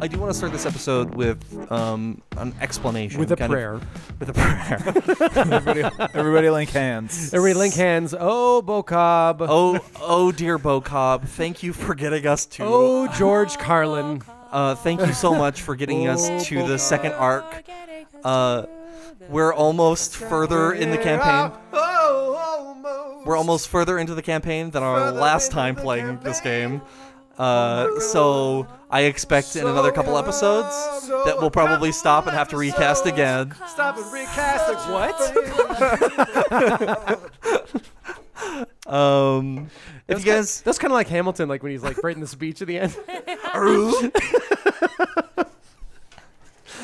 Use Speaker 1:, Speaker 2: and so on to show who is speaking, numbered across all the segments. Speaker 1: I do want to start this episode with um, an explanation.
Speaker 2: With a
Speaker 1: kind of-
Speaker 2: prayer.
Speaker 1: with a prayer.
Speaker 3: Everybody link hands.
Speaker 2: Everybody link hands. Oh, Bo Cobb.
Speaker 1: oh, oh dear, Bo Cobb. Thank you for getting us to.
Speaker 2: Oh, George Carlin.
Speaker 1: Uh, thank you so much for getting
Speaker 2: Oh,
Speaker 1: us to the second arc. Uh, we're almost further in the campaign.
Speaker 2: Oh,
Speaker 1: We're almost further into the campaign than our last time playing this game.
Speaker 2: Oh,
Speaker 1: Uh, so I expect in another couple episodes that we'll probably stop and have to recast again.
Speaker 2: Stop and recast. What?
Speaker 1: Um, if
Speaker 2: That's
Speaker 1: you guys,
Speaker 2: That's kind of like Hamilton, like when he's like writing the speech at the end.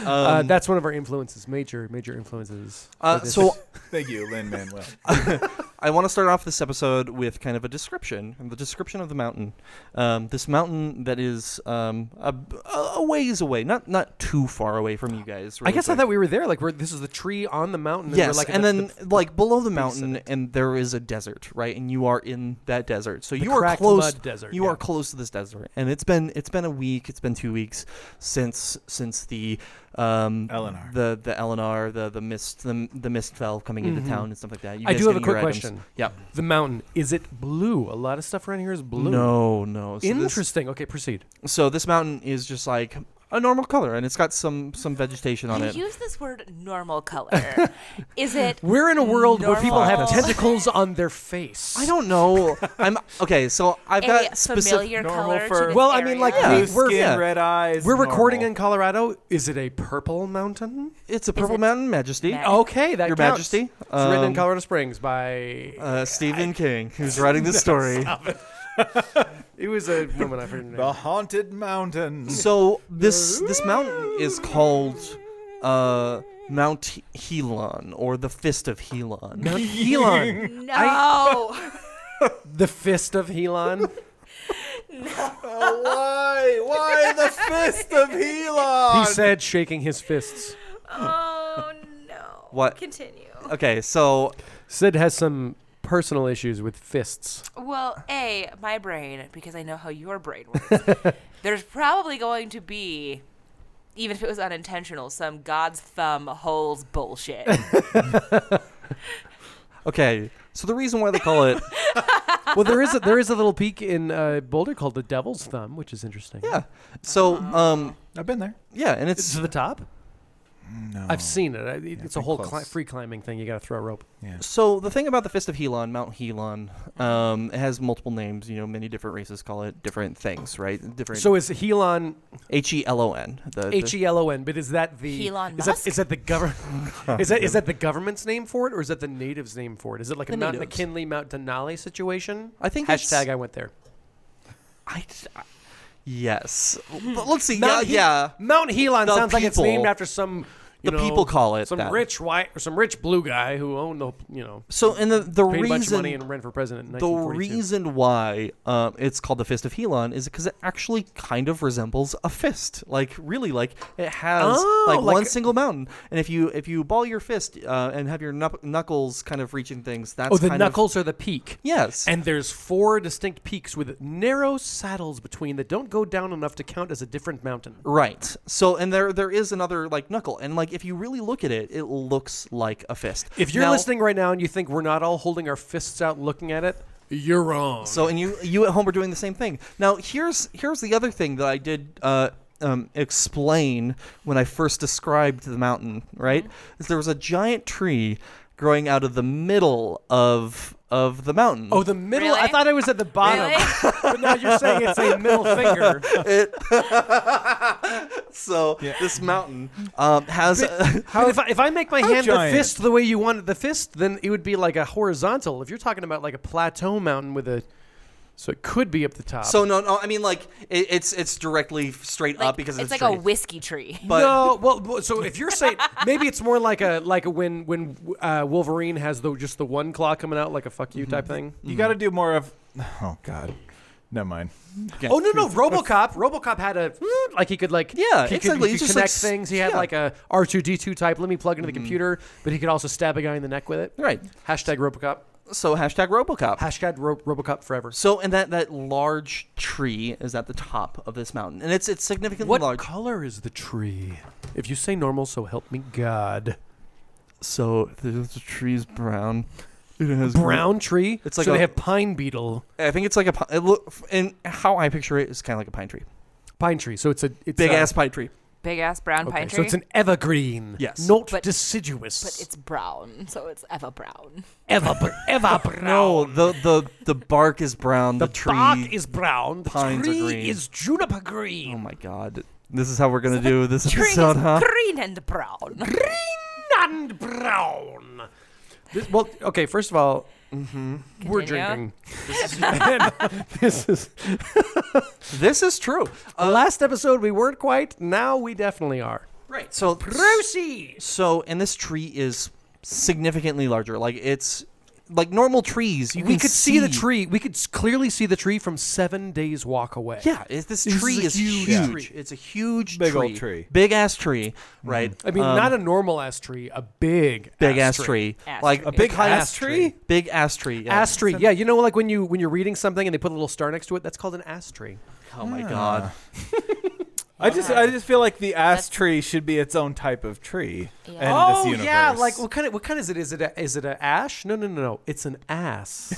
Speaker 2: uh,
Speaker 1: um,
Speaker 2: that's one of our influences, major, major influences. for
Speaker 1: uh,
Speaker 2: this.
Speaker 1: so
Speaker 3: Thank you, Lynn Manuel.
Speaker 1: I want to start off this episode with kind of a description, the description of the mountain. Um, this mountain that is um, a, a ways away, not not too far away from you guys.
Speaker 2: I
Speaker 1: really
Speaker 2: guess I
Speaker 1: quick.
Speaker 2: thought we were there. Like, we're, this is the tree on the mountain. And we're,
Speaker 1: yes,
Speaker 2: like, at
Speaker 1: and
Speaker 2: the-
Speaker 1: then
Speaker 2: the-
Speaker 1: like below the
Speaker 2: base of
Speaker 1: mountain,
Speaker 2: it.
Speaker 1: and there is a desert, right? And you are in that desert, so you are
Speaker 2: cracked
Speaker 1: close.
Speaker 2: mud desert,
Speaker 1: you
Speaker 2: yeah.
Speaker 1: are close to this desert, and it's been it's been a week, it's been two weeks since since the um,
Speaker 3: Eleanor.
Speaker 1: the the LNR, the the mist, the, the mist fell coming into town and stuff like that. You
Speaker 2: Mm-hmm. I
Speaker 1: guys
Speaker 2: do have a
Speaker 1: getting your
Speaker 2: quick
Speaker 1: items.
Speaker 2: question.
Speaker 1: Yeah.
Speaker 2: the mountain is it blue? A lot of stuff around here is blue.
Speaker 1: No, no. So this-
Speaker 2: Interesting. okay, proceed.
Speaker 1: so this mountain is just like a normal color and it's got some some vegetation on
Speaker 4: you
Speaker 1: it
Speaker 4: use this word normal color. Is it
Speaker 2: We're in a world where people have
Speaker 4: normal?
Speaker 2: tentacles on their face.
Speaker 1: i don't know i'm okay so i've
Speaker 4: a
Speaker 1: got specific
Speaker 4: familiar
Speaker 3: normal
Speaker 4: color.
Speaker 3: fur.
Speaker 4: To this
Speaker 2: Well, I mean, like
Speaker 4: area?
Speaker 3: Blue
Speaker 2: we,
Speaker 3: skin,
Speaker 2: we're
Speaker 1: yeah.
Speaker 3: red eyes.
Speaker 2: we're recording in
Speaker 3: normal.
Speaker 2: Colorado. Is it a purple mountain?
Speaker 1: it's a purple
Speaker 4: it
Speaker 1: mountain majesty
Speaker 4: Mag-
Speaker 2: Okay, that
Speaker 1: Your
Speaker 2: counts.
Speaker 1: Majesty,
Speaker 2: It's written
Speaker 1: um,
Speaker 2: in Colorado Springs by.
Speaker 1: uh, stephen king who's writing this story
Speaker 2: it was a woman I've heard. her name.
Speaker 3: the haunted mountain.
Speaker 1: so this this mountain is called uh mount helon or the fist of helon
Speaker 2: Mount Helon,
Speaker 4: no.
Speaker 2: the fist of Helon.
Speaker 3: Oh, why? Why the fist of Helon?
Speaker 2: he said, shaking his fists.
Speaker 4: oh no.
Speaker 1: What?
Speaker 4: Continue.
Speaker 1: okay so
Speaker 2: Sid has some personal issues with fists.
Speaker 4: Well, a my brain because I know how your brain works. there's probably going to be. Even if it was unintentional, some God's thumb holes bullshit.
Speaker 1: okay so the reason why they call it
Speaker 2: Well, there is a, there is a little peak in uh, Boulder called the Devil's Thumb, which is interesting.
Speaker 1: yeah so
Speaker 2: Uh-huh.
Speaker 1: um
Speaker 3: I've been there.
Speaker 1: yeah and it's
Speaker 2: to the top.
Speaker 3: No.
Speaker 2: I've seen it. I- it- it's a
Speaker 3: pretty
Speaker 2: whole
Speaker 3: close.
Speaker 2: cli- free climbing thing. You got to throw a rope.
Speaker 1: So the thing about the Fist of Helon, Mount Helon, um, it has multiple names. You know, many different races call it different things, right? Different.
Speaker 2: So is Helon
Speaker 1: H E L O N. The, the-
Speaker 2: H E L O N? But is that the
Speaker 4: Helon
Speaker 2: is
Speaker 4: Musk?
Speaker 2: that is that the government is that is that the government's name for it or is that the native's name for it? Is it like a
Speaker 1: The
Speaker 2: Mount
Speaker 1: natives.
Speaker 2: McKinley, Mount Denali situation?
Speaker 1: I think it's-
Speaker 2: hashtag I went there.
Speaker 1: I, I- yes. But let's see. Yeah,
Speaker 2: Mount He-
Speaker 1: yeah.
Speaker 2: Mount Helon
Speaker 1: The
Speaker 2: sounds like it's named
Speaker 1: people-
Speaker 2: after some. You
Speaker 1: the
Speaker 2: know,
Speaker 1: people call it
Speaker 2: some
Speaker 1: that.
Speaker 2: rich white or some rich blue guy who owned the you know
Speaker 1: So and the the
Speaker 2: paid a bunch of
Speaker 1: reason
Speaker 2: money and ran for president.
Speaker 1: the
Speaker 2: In 1942.
Speaker 1: reason why um, it's called the Fist of Helon is because it actually kind of resembles a fist. Like really, like it has
Speaker 2: Oh,
Speaker 1: like,
Speaker 2: like
Speaker 1: one
Speaker 2: a-
Speaker 1: single mountain. And if you if you ball your fist uh, and have your knuck- knuckles kind of reaching things, that's
Speaker 2: Oh, the
Speaker 1: kind of-
Speaker 2: knuckles are the peak.
Speaker 1: yes.
Speaker 2: And there's four distinct peaks with narrow saddles between that don't go down enough to count as a different mountain.
Speaker 1: Right. So and there there is another like knuckle and like if you really look at it, it looks like a fist.
Speaker 2: If you're
Speaker 1: Now-
Speaker 2: listening right now and you think we're not all holding our fists out looking at it, you're wrong.
Speaker 1: so and you you at home are doing the same thing. Now here's here's the other thing that I did uh, um, explain when I first described the mountain. Right, is there was a giant tree growing out of the middle of of the mountain.
Speaker 2: oh, the middle. I
Speaker 4: Really?
Speaker 2: thought it was at the bottom,
Speaker 4: Really?
Speaker 2: but now you're saying it's a middle finger.
Speaker 1: so this mountain um, has.
Speaker 2: But if, I, if I make my hand
Speaker 3: giant?
Speaker 2: the fist the way you wanted the fist, then it would be like a horizontal. If you're talking about like a plateau mountain with a So it could be up the top.
Speaker 1: So no, no. I mean, like it, it's it's directly straight
Speaker 4: Like,
Speaker 1: up because
Speaker 4: it's,
Speaker 1: it's,
Speaker 4: like a
Speaker 1: straight.
Speaker 4: whiskey tree.
Speaker 1: But
Speaker 2: no, well, well, so if you're saying maybe it's more like a like a when when uh, Wolverine has the just the one claw coming out like a fuck
Speaker 1: Mm-hmm.
Speaker 2: you type thing.
Speaker 3: You got to do more of. Oh God, never mind.
Speaker 2: Oh no no! RoboCop, RoboCop had a hmm, like he could like
Speaker 1: Yeah,
Speaker 2: he could,
Speaker 1: exactly.
Speaker 2: he
Speaker 1: It's
Speaker 2: could
Speaker 1: just like
Speaker 2: connect
Speaker 1: s-
Speaker 2: things. He had
Speaker 1: yeah. Mm-hmm.
Speaker 2: like a R two D two type. Let me plug into the computer, but he could also stab a guy in the neck with it.
Speaker 1: Right.
Speaker 2: Hashtag RoboCop.
Speaker 1: so hashtag RoboCop.
Speaker 2: Hashtag Ro- RoboCop forever.
Speaker 1: so and that that large tree is at the top of this mountain, and it's it's significantly
Speaker 2: What
Speaker 1: large.
Speaker 2: color is the tree? If you say normal, so help me God.
Speaker 1: So the, the tree's brown. It has
Speaker 2: Brown tree.
Speaker 1: It's like
Speaker 2: so
Speaker 1: a-
Speaker 2: they have pine beetle,
Speaker 1: I think it's like a pi- it look and how I picture it is kind of like a pine tree,
Speaker 2: pine tree. So it's a it's
Speaker 1: big
Speaker 2: a-
Speaker 1: ass pine tree.
Speaker 4: Big ass brown
Speaker 2: Okay,
Speaker 4: pine tree.
Speaker 2: so it's an evergreen.
Speaker 1: Yes.
Speaker 2: Not
Speaker 4: But-
Speaker 2: deciduous.
Speaker 4: but it's brown, so it's ever brown.
Speaker 2: ever br- ever brown.
Speaker 1: No, the the the bark is brown. The,
Speaker 2: the
Speaker 1: tree
Speaker 2: bark is brown. The
Speaker 1: Pines are
Speaker 2: tree
Speaker 1: green.
Speaker 2: is juniper green.
Speaker 1: Oh my god, this is how we're gonna do this
Speaker 4: Tree is
Speaker 1: episode, huh?
Speaker 4: green and brown.
Speaker 2: Oh and brown. This, well, okay. First of all, mm-hmm. we're
Speaker 4: Continue.
Speaker 2: drinking. And This is
Speaker 1: This is true.
Speaker 2: Uh, last episode. We weren't quite. Now we definitely are.
Speaker 1: Right. So
Speaker 2: Proceed.
Speaker 1: so and this tree is significantly larger. Like it's like normal trees. You
Speaker 2: We
Speaker 1: can
Speaker 2: could see. the tree. We could s- clearly see the tree from seven days walk away.
Speaker 1: Yeah, it, this
Speaker 2: This is
Speaker 1: tree
Speaker 2: a
Speaker 1: is,
Speaker 2: huge
Speaker 1: huge.
Speaker 2: tree.
Speaker 1: It's a huge
Speaker 3: Big
Speaker 1: tree.
Speaker 3: old tree.
Speaker 1: Big ass tree. Right.
Speaker 2: I mean, not a normal ass tree, a big
Speaker 1: Um, big ass tree.
Speaker 4: Ass
Speaker 1: Like
Speaker 4: tree. A
Speaker 3: big
Speaker 1: high-
Speaker 3: ass tree?
Speaker 1: Big ass tree. yeah. Oh
Speaker 2: Ass tree. Yeah, you know, like when you when you're reading something and they put a little star next to it, that's called an ass tree.
Speaker 1: Oh my god.
Speaker 3: I just I just feel like the ass
Speaker 4: That's-
Speaker 3: tree should be its own type of tree.
Speaker 4: Yeah.
Speaker 3: in this
Speaker 1: Oh,
Speaker 3: universe.
Speaker 2: yeah, like what kind of what kind is it? Is it a, is it an ash? No, no, no, no. It's an ass.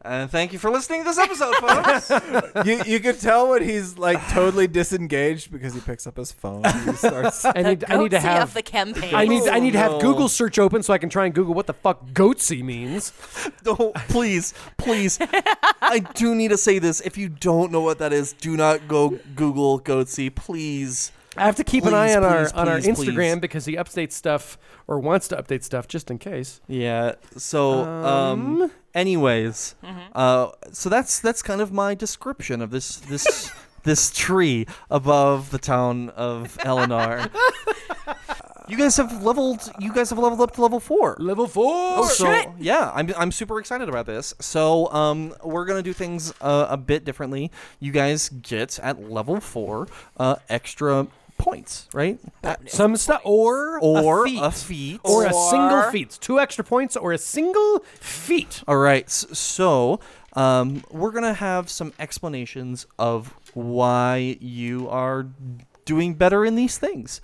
Speaker 1: And thank you for listening to this episode, folks.
Speaker 3: you you could tell when he's like totally disengaged because he picks up his phone and he starts.
Speaker 2: I need, I need to
Speaker 4: Goatsy
Speaker 2: have
Speaker 4: of the campaign.
Speaker 2: I need I need to
Speaker 1: no.
Speaker 2: have Google search open so I can try and Google what the fuck goatsy means.
Speaker 1: no, please, please. I do need to say this. If you don't know what that is, do not go Google Goatsy, please.
Speaker 2: I have to keep an
Speaker 1: Please,
Speaker 2: eye on our
Speaker 1: please,
Speaker 2: on our
Speaker 1: please,
Speaker 2: Instagram
Speaker 1: please.
Speaker 2: because he updates stuff or wants to update stuff just in case.
Speaker 1: Yeah. So, um, anyways, uh, so that's that's kind of my description of this this this tree above the town of Eleanor. you guys have leveled. You guys have leveled up to level four.
Speaker 2: Level four.
Speaker 1: so yeah, I'm I'm super excited about this. So um, we're gonna do things uh, a bit differently. You guys get at level four uh, extra points, right? That-
Speaker 2: Uh, some stuff or
Speaker 1: or
Speaker 2: a feat.
Speaker 1: a feat.
Speaker 2: or a single
Speaker 4: Or-
Speaker 2: feat. Two extra points or a single feat.
Speaker 1: All right. s- So um, we're gonna have some explanations of why you are doing better in these things.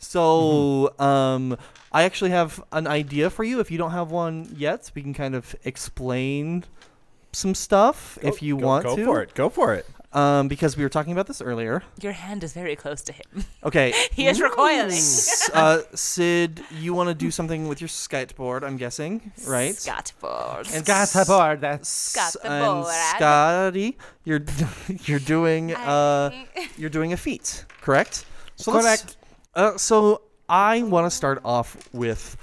Speaker 1: So
Speaker 3: Mm-hmm.
Speaker 1: um, I actually have an idea for you. If you don't have one yet, we can kind of explain some stuff if you
Speaker 3: Go-
Speaker 1: want
Speaker 3: go
Speaker 1: to.
Speaker 3: for it. Go for it.
Speaker 1: Um, because we were talking about this earlier.
Speaker 4: Your hand is very close to him.
Speaker 1: Okay.
Speaker 4: He is recoiling.
Speaker 1: S- uh, Sid, you want to do something with your skateboard? I'm guessing, right?
Speaker 4: Scott Ford.
Speaker 1: And s-
Speaker 2: Got aboard that.
Speaker 1: S-
Speaker 4: Scott the
Speaker 1: and
Speaker 4: board.
Speaker 1: Scotty, you're you're doing uh you're doing a feat, correct? So let's-
Speaker 2: Correct.
Speaker 1: Uh, so I want to start off with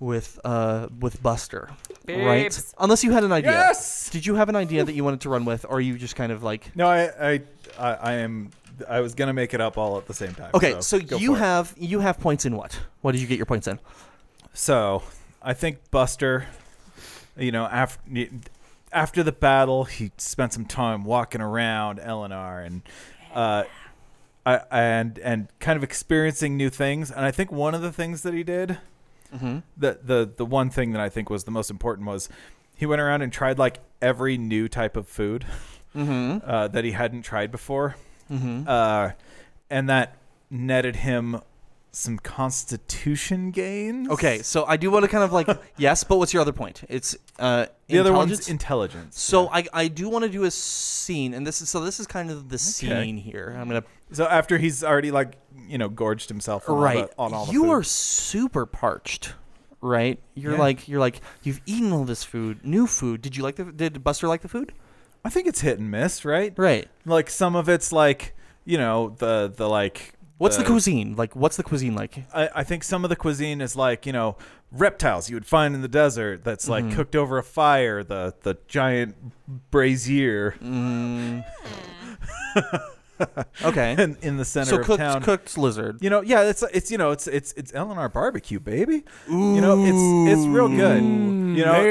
Speaker 1: with uh with Buster, right?
Speaker 4: Babes.
Speaker 1: Unless you had an idea.
Speaker 3: Yes!
Speaker 1: Did you have an idea that you wanted to run with, or you just kind of like?
Speaker 3: No, I I I, I am. I was gonna make it up all at the same time.
Speaker 1: Okay, so,
Speaker 3: go
Speaker 1: you
Speaker 3: for it.
Speaker 1: have you have points in what? What did you get your points in?
Speaker 3: So I think Buster, you know, after after the battle, he spent some time walking around Eleanor and uh, I, and and kind of experiencing new things. And I think one of the things that he did, the the the one thing that I think was the most important was he went around and tried like every new type of food uh, that he hadn't tried before, uh, and that netted him some constitution gains.
Speaker 1: Okay, so I do want to kind of like yes, but what's your other point? It's uh
Speaker 3: The other one's
Speaker 1: intelligence?
Speaker 3: intelligence.
Speaker 1: So I, I do want to do a scene, and this is so this is kind of the scene here. I'm gonna
Speaker 3: So after he's already like you know gorged himself on all
Speaker 1: right
Speaker 3: the, on all the
Speaker 1: you
Speaker 3: food.
Speaker 1: are super parched, right? You're
Speaker 3: Yeah.
Speaker 1: like you're like you've eaten all this food, new food. Did you like the did Buster like the food?
Speaker 3: I think it's hit and miss, right?
Speaker 1: Right.
Speaker 3: Like some of it's like you know the the like
Speaker 1: What's the cuisine like? What's the cuisine like?
Speaker 3: I, I think some of the cuisine is like you know reptiles you would find in the desert that's
Speaker 1: Mm-hmm.
Speaker 3: like cooked over a fire the the giant brazier
Speaker 1: Mm. Okay,
Speaker 3: in, in the center
Speaker 1: so
Speaker 3: of
Speaker 1: cooked
Speaker 3: town
Speaker 1: cooked lizard.
Speaker 3: you know yeah it's it's you know it's it's it's Eleanor barbecue baby you know it's it's real good you know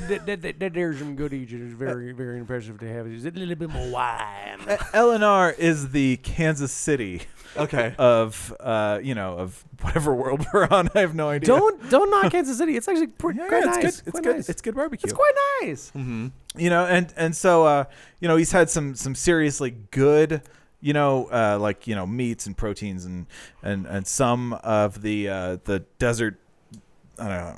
Speaker 2: there's some good Egypt. It's very, very impressive to have. Is it a little bit more wine?
Speaker 3: Eleanor is the Kansas City
Speaker 1: Okay,
Speaker 3: of uh you know of whatever world we're on I have no idea
Speaker 2: Don't don't knock Kansas City. It's actually pretty
Speaker 3: yeah,
Speaker 2: quite
Speaker 3: it's
Speaker 2: nice.
Speaker 3: good. It's
Speaker 2: quite
Speaker 3: good.
Speaker 2: nice.
Speaker 3: It's good barbecue.
Speaker 2: It's Mm-hmm. quite nice.
Speaker 3: you know and and so uh you know he's had some some seriously good you know uh like you know meats and proteins and and and some of the uh the desert i don't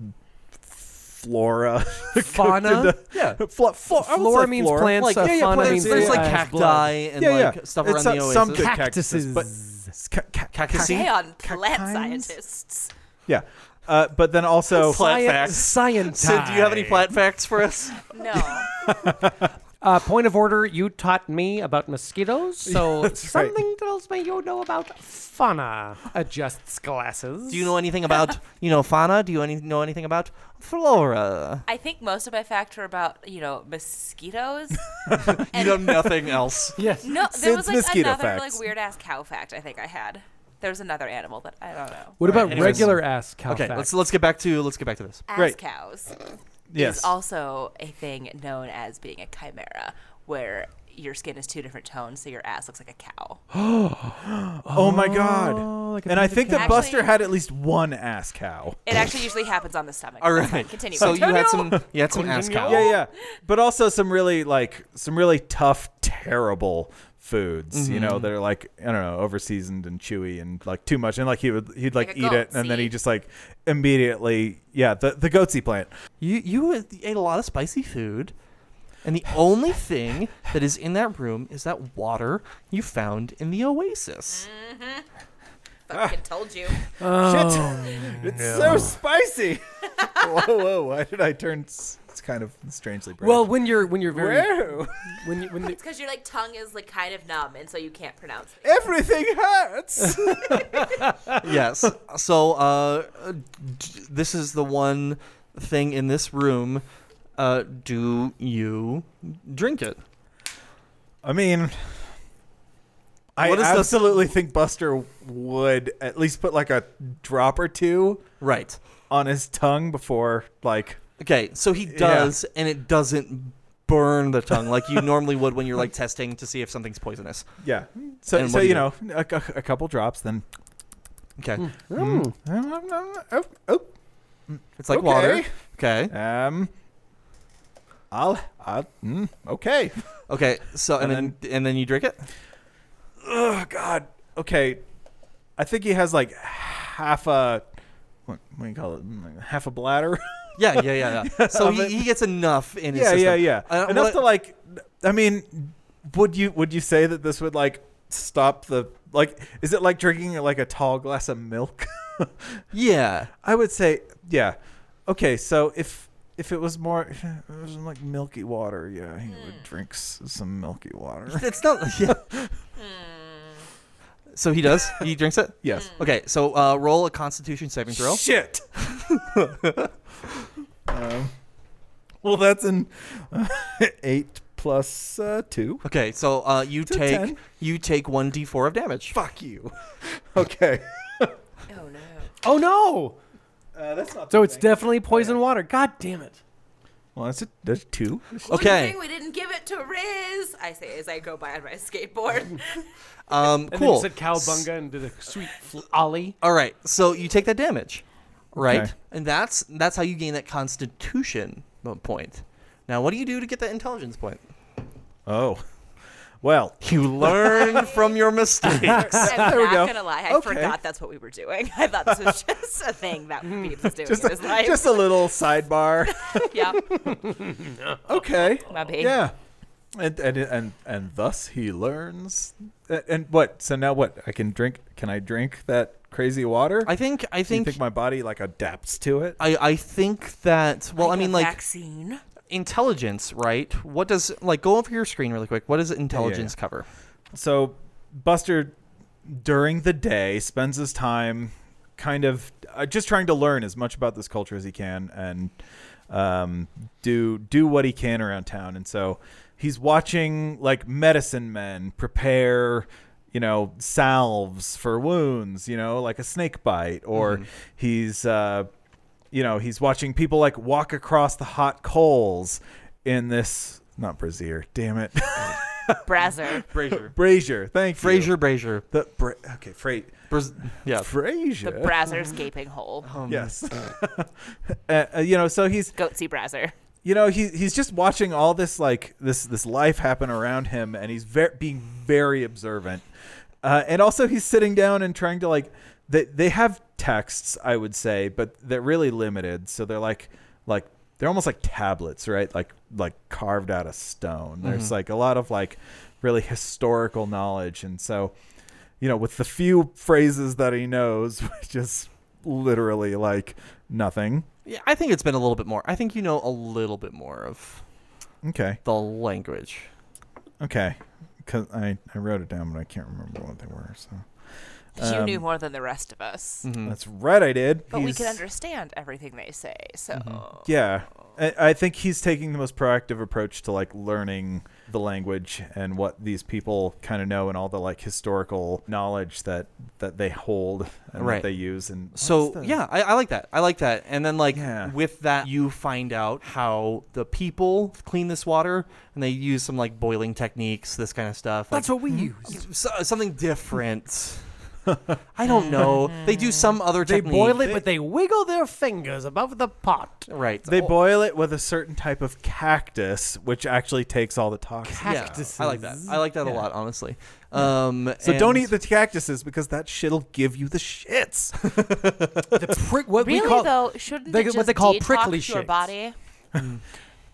Speaker 3: know flora
Speaker 2: Fauna.
Speaker 1: yeah.
Speaker 3: Flo- flo- I would
Speaker 2: Flora
Speaker 3: say
Speaker 2: means
Speaker 3: flora.
Speaker 2: plants.
Speaker 1: Like
Speaker 2: uh,
Speaker 1: yeah, yeah,
Speaker 2: fauna
Speaker 1: plants.
Speaker 2: means
Speaker 1: there's like
Speaker 2: uh,
Speaker 1: cacti
Speaker 2: blood.
Speaker 1: and
Speaker 3: yeah, yeah.
Speaker 1: like stuff
Speaker 3: it's
Speaker 1: around
Speaker 3: so-
Speaker 1: the oasis.
Speaker 3: some good
Speaker 2: Cactuses.
Speaker 3: but s- ca- ca-
Speaker 1: Cactuses.
Speaker 4: Stay on plant
Speaker 3: Cacti?
Speaker 4: scientists.
Speaker 3: yeah uh but then also
Speaker 1: Plant
Speaker 2: Sci-
Speaker 1: facts.
Speaker 2: Science.
Speaker 1: Sid, do you have any plant facts for us?
Speaker 4: No.
Speaker 2: Uh, point of order, you taught me about mosquitoes, so something tells me you know about fauna. Adjusts glasses.
Speaker 1: Do you know anything about you know fauna? Do you any- know anything about flora?
Speaker 4: I think most of my facts were about, you know, mosquitoes.
Speaker 1: You know nothing else.
Speaker 2: Yes.
Speaker 4: No, there
Speaker 3: Sid's
Speaker 4: was like
Speaker 3: mosquito
Speaker 4: another
Speaker 3: facts.
Speaker 4: like weird ass cow fact I think I had. There was another animal that I don't know.
Speaker 2: What about
Speaker 1: anyways.
Speaker 2: regular ass cow
Speaker 1: Okay,
Speaker 2: facts?
Speaker 1: let's let's get back to let's get back to this.
Speaker 4: Ass
Speaker 3: Great.
Speaker 4: cows
Speaker 3: yes
Speaker 4: is also a thing known as being a chimera, where your skin is two different tones, so your ass looks like a cow.
Speaker 3: oh my god
Speaker 2: like a
Speaker 3: and i
Speaker 2: painted
Speaker 3: think that
Speaker 4: cow.
Speaker 3: buster
Speaker 4: Actually-
Speaker 3: had at least one ass cow
Speaker 4: It actually usually happens on the stomach.
Speaker 1: All
Speaker 4: That's fine.
Speaker 1: right,
Speaker 4: Continue.
Speaker 1: So you had some
Speaker 4: Continue.
Speaker 1: you had some ass cow.
Speaker 3: Yeah, yeah. But also some really like some really tough, terrible foods. You
Speaker 1: Mm-hmm.
Speaker 3: know, that are like I don't know, overseasoned and chewy and like too much. And like he would he'd like,
Speaker 4: Like a
Speaker 3: eat it
Speaker 4: goat
Speaker 3: and then he
Speaker 4: seed.
Speaker 3: just like immediately yeah the the goatsy plant.
Speaker 1: You you ate a lot of spicy food, and the only thing that is in that room is that water you found in the oasis.
Speaker 4: Fucking told you.
Speaker 3: Shit, it's so spicy. Oh, whoa, whoa! Why did I turn? s- It's kind of strangely. British.
Speaker 2: well, when you're when you're very
Speaker 3: Whoa,
Speaker 2: when you, when the,
Speaker 4: It's because your like tongue is like kind of numb, and so you can't pronounce it.
Speaker 3: everything hurts. Mm.
Speaker 1: yes. So uh, d- this is the one thing in this room. Uh, do you drink it?
Speaker 3: I mean, I
Speaker 1: What is the-
Speaker 3: absolutely think Buster would at least put like a drop or two
Speaker 1: Right.
Speaker 3: on his tongue before, like,
Speaker 1: Okay, so he does, and it doesn't burn the tongue like you normally would when you're like testing to see if something's poisonous.
Speaker 3: yeah. So,
Speaker 1: And
Speaker 3: so
Speaker 1: what do
Speaker 3: you
Speaker 1: you
Speaker 3: know, a, cou- a couple drops, then.
Speaker 1: Okay,
Speaker 3: Hmm. Oh, oh,
Speaker 1: it's like water.
Speaker 3: Okay.
Speaker 1: Okay,
Speaker 3: um, I'll, I'll, mm, okay.
Speaker 1: okay. So and,
Speaker 3: And
Speaker 1: then and then you drink it.
Speaker 3: Oh God. Okay. I think he has like half a, what, what do you call it? Mm, Half a bladder.
Speaker 1: Yeah, yeah, yeah. yeah. So
Speaker 3: Of
Speaker 1: he,
Speaker 3: it.
Speaker 1: he gets enough in his
Speaker 3: yeah,
Speaker 1: system.
Speaker 3: yeah, yeah.
Speaker 1: Uh,
Speaker 3: Enough
Speaker 1: what-
Speaker 3: to like. I mean, would you would you say that this would like stop the like? Is it like drinking like a tall glass of milk?
Speaker 1: yeah.
Speaker 3: I would say yeah. Okay, so if if it was more, if it was like milky water, yeah, he would drink s- some milky water.
Speaker 1: It's not. Yeah. so he does. He drinks it.
Speaker 3: yes.
Speaker 1: Okay, so uh, roll a Constitution saving throw.
Speaker 3: Shit. um, well, that's an uh, eight plus uh, two.
Speaker 1: Okay, so uh, you
Speaker 3: a
Speaker 1: take
Speaker 3: 10.
Speaker 1: you take one d4 of damage.
Speaker 3: Fuck you. okay.
Speaker 4: Oh no.
Speaker 2: oh no!
Speaker 3: Uh, that's not
Speaker 2: So it's definitely poison water. God damn it!
Speaker 3: Well, that's a, that's a two.
Speaker 1: Okay.
Speaker 4: Good thing we didn't give it to Riz. I say as I go by on my skateboard.
Speaker 1: Um,
Speaker 2: And
Speaker 1: cool.
Speaker 2: then you said cowbunga and did a sweet fl- ollie.
Speaker 1: All right, so you take that damage, right?
Speaker 3: Okay.
Speaker 1: And that's that's how you gain that Constitution mo- point. Now, what do you do to get that intelligence point?
Speaker 3: Oh. Well,
Speaker 1: You learn from your mistake.
Speaker 4: I'm
Speaker 3: we
Speaker 4: not
Speaker 3: go.
Speaker 4: gonna lie, I
Speaker 3: Okay.
Speaker 4: forgot that's what we were doing. I thought this was just a thing that Beebs was doing
Speaker 3: just
Speaker 4: in his
Speaker 3: a,
Speaker 4: life.
Speaker 3: just a little sidebar.
Speaker 4: yeah,
Speaker 3: okay.
Speaker 4: my baby.
Speaker 3: Yeah. And, and and and thus he learns. A- And what? So now what? I can drink. Can I drink that crazy water?
Speaker 1: I think I
Speaker 3: Do you
Speaker 1: think,
Speaker 3: think my body like adapts to it.
Speaker 1: I, I think that well I
Speaker 4: Like a
Speaker 1: mean like
Speaker 4: vaccine.
Speaker 1: intelligence right what does like go over your screen really quick what does intelligence cover
Speaker 3: So Buster during the day, spends his time kind of uh, just trying to learn as much about this culture as he can and um, do do what he can around town. And so he's watching like medicine men prepare you know salves for wounds you know like a snake bite or he's uh you know, he's watching people like walk across the hot coals in this not Brazier, damn it.
Speaker 4: Brazzer.
Speaker 1: Brazier.
Speaker 3: Brazier, thank you.
Speaker 1: Brazier, Brazier.
Speaker 3: The Bra- okay, freight.
Speaker 1: Braz- yeah.
Speaker 4: The
Speaker 3: Brazier.
Speaker 4: Brazzer's gaping hole.
Speaker 3: yes. uh, uh, you know, so he's
Speaker 4: Goatsy Brazzer.
Speaker 3: you know, he he's just watching all this like this this life happen around him and he's very being very observant. Uh, and also he's sitting down and trying to like they they have texts, I would say, but they're really limited. So they're like like they're almost like tablets, right? Like like carved out of stone. There's like a lot of like really historical knowledge and so you know, with the few phrases that he knows, which is literally like nothing.
Speaker 1: Yeah, I think it's been a little bit more. I think you know a little bit more of
Speaker 3: Okay.
Speaker 1: the language.
Speaker 3: Okay. Because I, I wrote it down, but I can't remember what they were. So
Speaker 4: you knew more than the rest of us.
Speaker 1: Mm-hmm.
Speaker 3: that's right, I did.
Speaker 4: But we can
Speaker 3: mm-hmm. He's- Mm-hmm.
Speaker 4: understand everything they say, so.
Speaker 3: Yeah, I, I think he's taking the most proactive approach to like learning the language and what these people kind of know and all the like historical knowledge that that they hold and
Speaker 1: Right.
Speaker 3: that they use. And what's
Speaker 1: So
Speaker 3: the-
Speaker 1: yeah, I, I like that. I like that. And then like
Speaker 3: Yeah.
Speaker 1: with that, you find out how the people clean this water, and they use some like boiling techniques, this kind of stuff. Like,
Speaker 2: That's what we
Speaker 4: Mm-hmm.
Speaker 2: use.
Speaker 1: so,
Speaker 3: uh,
Speaker 1: something different. I don't know. They do some other
Speaker 2: They
Speaker 1: technique.
Speaker 2: boil it, but they wiggle their fingers above the pot.
Speaker 1: Right.
Speaker 3: they
Speaker 1: Oh,
Speaker 3: boil it with a certain type of cactus, which actually takes all the toxins.
Speaker 1: yeah, I like that. I like that a lot, honestly. Um,
Speaker 3: So don't
Speaker 1: and-
Speaker 3: eat the cactuses because that shit'll give you the shits.
Speaker 2: The prick, what we
Speaker 4: Really,
Speaker 2: call,
Speaker 4: though, shouldn't
Speaker 2: they-
Speaker 4: it just
Speaker 2: what they call
Speaker 4: detox
Speaker 2: prickly
Speaker 4: your
Speaker 2: shits.
Speaker 4: body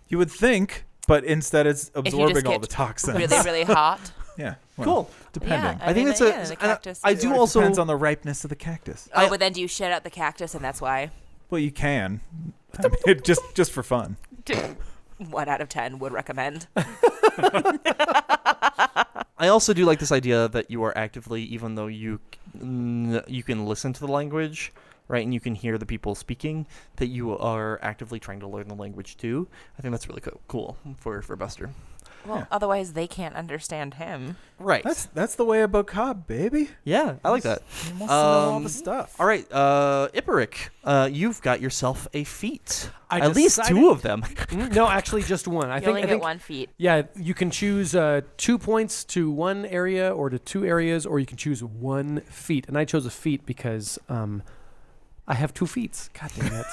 Speaker 3: You would think, but instead it's
Speaker 4: if you just
Speaker 3: absorbing all
Speaker 4: get
Speaker 3: the toxins.
Speaker 4: really, really hot?
Speaker 3: Yeah. well,
Speaker 1: Cool.
Speaker 4: Yeah,
Speaker 3: Depending.
Speaker 1: I think
Speaker 4: mean,
Speaker 1: it's
Speaker 4: uh,
Speaker 1: a.
Speaker 4: yeah,
Speaker 1: and
Speaker 4: the
Speaker 1: I-
Speaker 4: cactus
Speaker 1: I
Speaker 4: is-
Speaker 1: do also
Speaker 3: Depends on the ripeness of the cactus.
Speaker 4: Oh, but then do you shit out the cactus, and that's why?
Speaker 3: Well, you can. I mean, just just for fun.
Speaker 4: One out of ten would recommend.
Speaker 1: I also do like this idea that you are actively, even though you c- n- you can listen to the language, right, and you can hear the people speaking, that you are actively trying to learn the language too. I think that's really co- cool for for Buster.
Speaker 4: Well, otherwise they can't understand him.
Speaker 1: Right.
Speaker 3: That's that's the way about Cobb, baby.
Speaker 1: yeah, I like that.
Speaker 3: You must know all
Speaker 1: Um,
Speaker 3: the stuff.
Speaker 1: All right, uh, Iperic, uh, you've got yourself a feat.
Speaker 2: I
Speaker 1: At least
Speaker 2: decided-
Speaker 1: two of them.
Speaker 2: Mm, no, actually, just one. I
Speaker 4: You
Speaker 2: think
Speaker 4: only
Speaker 2: I
Speaker 4: get
Speaker 2: think
Speaker 4: one feet.
Speaker 2: Yeah, you can choose uh, two points to one area or to two areas, or you can choose one feet. And I chose a feet because um, I have two feet. God damn it!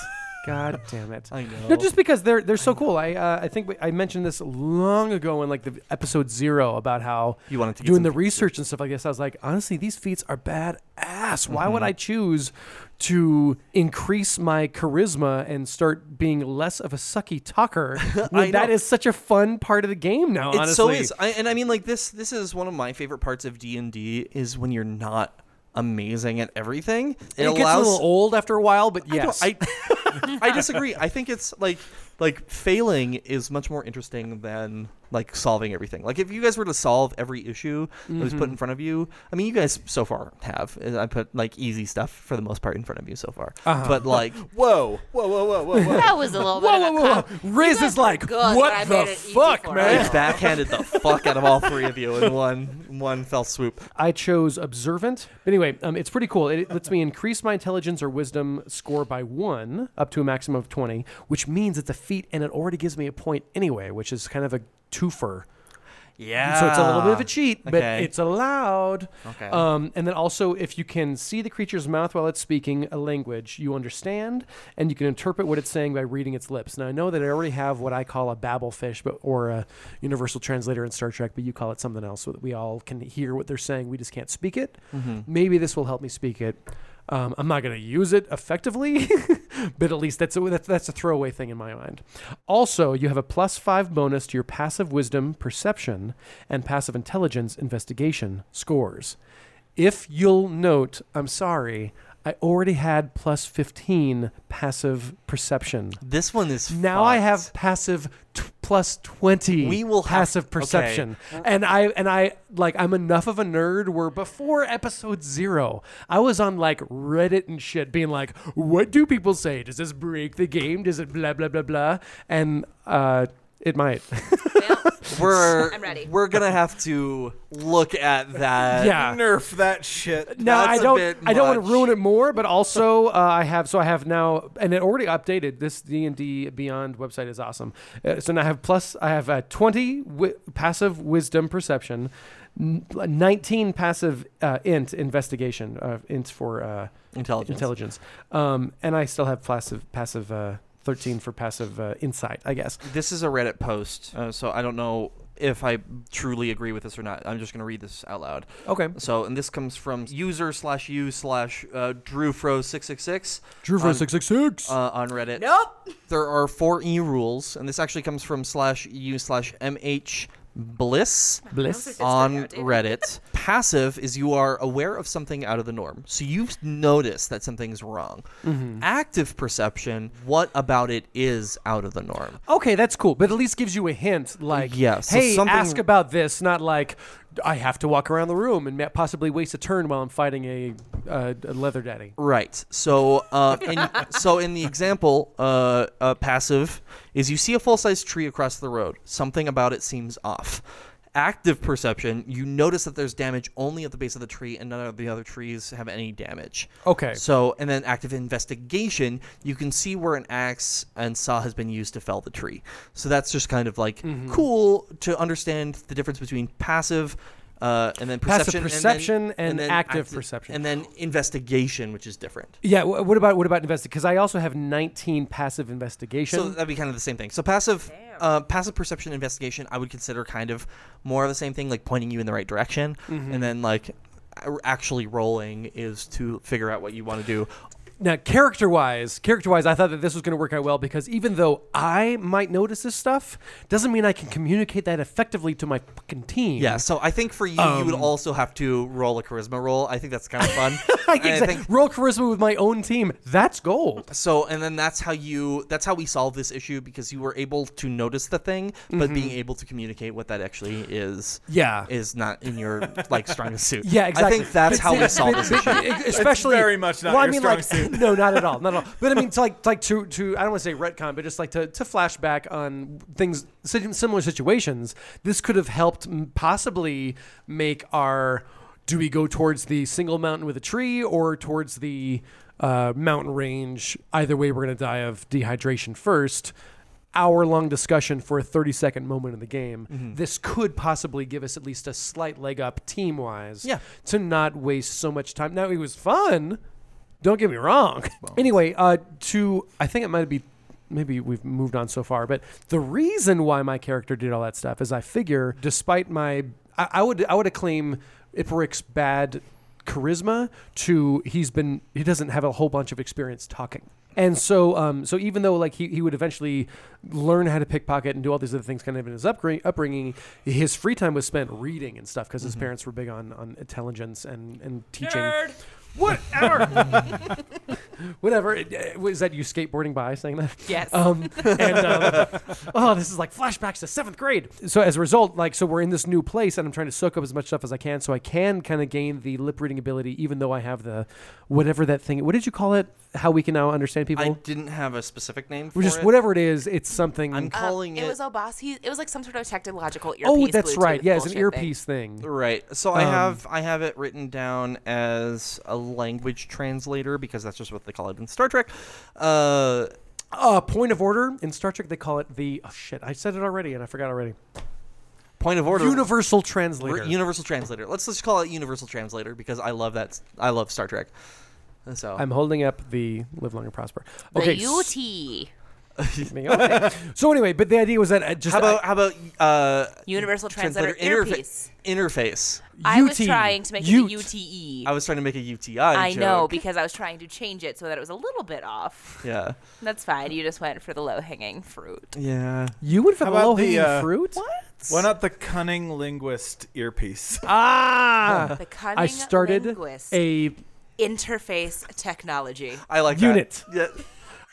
Speaker 2: God damn it!
Speaker 1: I know.
Speaker 2: No, just because they're they're so cool. I uh, I think we, I mentioned this long ago in like the episode zero about how
Speaker 1: You wanted to get
Speaker 2: doing
Speaker 1: some
Speaker 2: the
Speaker 1: feats.
Speaker 2: research and stuff like this. I was like, honestly, these feats are bad ass. Why
Speaker 1: Mm-hmm.
Speaker 2: would I choose to increase my charisma and start being less of a sucky talker? when that
Speaker 1: know.
Speaker 2: is such a fun part of the game now.
Speaker 1: It
Speaker 2: honestly,
Speaker 1: so is, I, and I mean, like this. This is one of my favorite parts of D and D is when you're not amazing at everything. It,
Speaker 2: it, gets
Speaker 1: allows
Speaker 2: a little old after a while, but
Speaker 1: I don't-
Speaker 2: yes,
Speaker 1: I, I disagree. I think it's like like failing is much more interesting than like solving everything. Like if you guys were to solve every issue that was
Speaker 2: Mm-hmm.
Speaker 1: put in front of you, I mean, you guys so far have. I put like easy stuff for the most part in front of you so far.
Speaker 2: Uh-huh.
Speaker 1: But like,
Speaker 3: Whoa, whoa, whoa, whoa, whoa, whoa.
Speaker 4: That was a little bit.
Speaker 2: whoa,
Speaker 4: of a
Speaker 2: whoa, whoa,
Speaker 4: cop-
Speaker 2: whoa! Riz
Speaker 4: guys
Speaker 2: is like,
Speaker 4: were good, but I
Speaker 2: what
Speaker 4: made
Speaker 2: the
Speaker 4: it easy
Speaker 2: fuck,
Speaker 4: for
Speaker 2: man?
Speaker 1: I backhanded the fuck out of all three of you in one one fell swoop.
Speaker 2: I chose observant. But anyway, um, it's pretty cool. It, it lets me increase my intelligence or wisdom score by one up to a maximum of 20, which means it's a feat and it already gives me a point anyway, which is kind of a twofer.
Speaker 1: Yeah.
Speaker 2: So it's a little bit of a cheat, but
Speaker 1: Okay.
Speaker 2: it's allowed.
Speaker 1: Okay.
Speaker 2: Um, and then also, if you can see the creature's mouth while it's speaking a language you understand, and you can interpret what it's saying by reading its lips. Now, I know that I already have what I call a babble fish, but or a universal translator in Star Trek, but you call it something else, so that we all can hear what they're saying. We just can't speak it.
Speaker 1: Mm-hmm.
Speaker 2: Maybe this will help me speak it. Um, I'm not going to use it effectively, but at least that's a, that's, that's a throwaway thing in my mind. Also, you have a plus five bonus to your passive wisdom, perception, and passive intelligence investigation scores. If you'll note, I'm sorry, I already had plus 15 passive perception.
Speaker 1: This one is
Speaker 2: Now I
Speaker 1: fucked.
Speaker 2: have passive t- plus twenty.
Speaker 1: We will have-
Speaker 2: passive
Speaker 1: okay.
Speaker 2: perception, and I and I like I'm enough of a nerd where before episode zero, I was on like Reddit and shit, being like, "What do people say? Does this break the game? Does it blah blah blah blah?" And uh, it might.
Speaker 4: Well,
Speaker 1: We're
Speaker 4: I'm ready.
Speaker 1: we're gonna have to look at that.
Speaker 2: yeah.
Speaker 3: Nerf that shit.
Speaker 2: No, I
Speaker 1: That's a
Speaker 2: don't.
Speaker 1: bit
Speaker 2: I don't want
Speaker 1: much.
Speaker 2: to ruin it more, but also uh, I have. So I have now, and it already updated. This D and D Beyond website is awesome. Uh, so now I have plus. I have uh, twenty wi- passive wisdom perception, n- nineteen passive uh, int investigation. Uh, int for uh,
Speaker 1: Intelligence.
Speaker 2: Intelligence. Um, and I still have passive passive uh, thirteen for passive uh, insight. I guess.
Speaker 1: This is a Reddit post,
Speaker 2: Oh.
Speaker 1: uh, so I don't know if I truly agree with this or not. I'm just gonna read this out loud.
Speaker 2: Okay.
Speaker 1: So, and this comes from user slash you slash uh, drewfro666
Speaker 2: Drew
Speaker 1: for Um,
Speaker 2: six six.
Speaker 1: uh, on Reddit.
Speaker 4: nope.
Speaker 1: There are four E rules, and this actually comes from slash you slash MH Bliss
Speaker 2: Bliss.
Speaker 1: on
Speaker 4: outdated.
Speaker 1: Reddit. Passive is you are aware of something out of the norm. So you've noticed that something's wrong. Active perception, what about it is out of the norm?
Speaker 2: Okay, that's cool, but at least gives you a hint, like,
Speaker 1: Yeah, so
Speaker 2: hey,
Speaker 1: something-
Speaker 2: ask about this, not like, I have to walk around the room and ma- possibly waste a turn while I'm fighting a, uh, a leather daddy.
Speaker 1: Right. So, uh, in, so in the example, uh, uh, passive is you see a full-size tree across the road. Something about it seems off. Active perception, you notice that there's damage only at the base of the tree, and none of the other trees have any damage.
Speaker 2: Okay.
Speaker 1: So, and then active investigation, you can see where an axe and saw has been used to fell the tree. So that's just kind of like cool to understand the difference between passive. Uh, and then
Speaker 2: Passive
Speaker 1: perception,
Speaker 2: perception
Speaker 1: and, then,
Speaker 2: and
Speaker 1: then
Speaker 2: active perception.
Speaker 1: and then investigation, which is different.
Speaker 2: Yeah. wh- What about what about investigation? Because I also have 19 passive investigation.
Speaker 1: So that'd be kind of the same thing. So passive, uh, passive perception investigation, I would consider kind of more of the same thing, like pointing you in the right direction,
Speaker 2: Mm-hmm.
Speaker 1: and then like a- actually rolling is to figure out what you want to do.
Speaker 2: now, character wise, character wise, I thought that this was going to work out well because even though I might notice this stuff, doesn't mean I can communicate that effectively to my fucking team.
Speaker 1: Yeah. So I think for you, you
Speaker 2: Um.
Speaker 1: would also have to roll a charisma roll. I think that's kind of fun.
Speaker 2: I
Speaker 1: And
Speaker 2: can say, roll charisma with my own team. That's gold.
Speaker 1: so and then that's how you that's how we solve this issue because you were able to notice the thing but being able to communicate what that actually is
Speaker 2: Mm-hmm. Yeah.
Speaker 1: is not in your like strongest suit
Speaker 2: Yeah, exactly.
Speaker 1: i think that's
Speaker 2: But
Speaker 1: how
Speaker 2: see,
Speaker 1: we solve
Speaker 2: but-
Speaker 1: this
Speaker 2: but-
Speaker 1: issue
Speaker 2: e- Especially
Speaker 3: very much not
Speaker 2: well, I
Speaker 3: your
Speaker 2: mean,
Speaker 3: strong
Speaker 2: like,
Speaker 3: suit.
Speaker 2: No, not at all, not at all. But I mean, to like, to like to to I don't want to say retcon, but just like to to flashback on things si- similar situations. This could have helped m- possibly make our do we go towards the single mountain with a tree or towards the uh, mountain range? Either way, we're gonna die of dehydration first. Hour long discussion for a 30 second moment in the game. This could possibly give us at least a slight leg up team wise
Speaker 1: Yeah.
Speaker 2: to not waste so much time. Now it was fun. Don't get me wrong. Anyway, uh, to I think it might be maybe we've moved on so far, but the reason why my character did all that stuff is I figure, despite my, I, I would I would acclaim Iperick's bad charisma to he's been he doesn't have a whole bunch of experience talking. And so, um, so even though like he, he would eventually learn how to pickpocket and do all these other things, kind of in his upbringing, upbringing his free time was spent reading and stuff because his parents were big on, on intelligence and, and teaching.
Speaker 4: Nerd.
Speaker 2: Whatever. It- it- Was that you skateboarding by saying that?
Speaker 4: Yes.
Speaker 2: Um, and um, oh, this is like flashbacks to seventh grade. So as a result, like, so we're in this new place, and I'm trying to soak up as much stuff as I can, so I can kind of gain the lip reading ability, even though I have the whatever that thing. What did you call it? How we can now understand people?
Speaker 1: I didn't have a specific name for
Speaker 2: We're just
Speaker 1: it.
Speaker 2: whatever it is. It's something.
Speaker 1: I'm
Speaker 4: Um,
Speaker 1: calling
Speaker 4: it,
Speaker 1: it,
Speaker 4: was Obasi. It was like some sort of technological earpiece.
Speaker 2: oh, that's
Speaker 4: Bluetooth
Speaker 2: right. Yeah, it's an
Speaker 4: bullshit thing.
Speaker 2: earpiece thing.
Speaker 1: right. So
Speaker 2: Um,
Speaker 1: I have I have it written down as a language translator because that's just what they call it in Star Trek. Uh,
Speaker 2: Uh, point of order in Star Trek, they call it the. Oh shit, I said it already, and I forgot already.
Speaker 1: point of order.
Speaker 2: Universal
Speaker 1: r-
Speaker 2: translator.
Speaker 1: Universal translator. Let's just call it universal translator because I love that. s- I love Star Trek. And So
Speaker 2: I'm holding up the live long and prosper.
Speaker 4: The
Speaker 2: Okay. s-
Speaker 4: UT.
Speaker 2: me. Okay. so anyway, but the idea was that uh, just
Speaker 1: how about how about uh,
Speaker 4: Universal Translator,
Speaker 1: interface
Speaker 4: Earpiece.
Speaker 1: interface?
Speaker 4: I was
Speaker 2: UT.
Speaker 4: trying to make
Speaker 2: Ute.
Speaker 4: it a UTE.
Speaker 1: I was trying to make a UTI.
Speaker 4: E. I
Speaker 1: joke.
Speaker 4: know because I was trying to change it so that it was a little bit off.
Speaker 1: Yeah.
Speaker 4: That's fine. You just went for the low hanging fruit.
Speaker 1: Yeah.
Speaker 2: you would for
Speaker 3: How
Speaker 2: the
Speaker 3: about
Speaker 2: low hanging
Speaker 3: the, uh,
Speaker 2: fruit.
Speaker 3: Why not the cunning linguist earpiece?
Speaker 2: Ah,
Speaker 4: The cunning
Speaker 2: I started
Speaker 4: linguist.
Speaker 2: a
Speaker 4: interface technology.
Speaker 1: I like
Speaker 2: Unit.
Speaker 1: That. Yeah.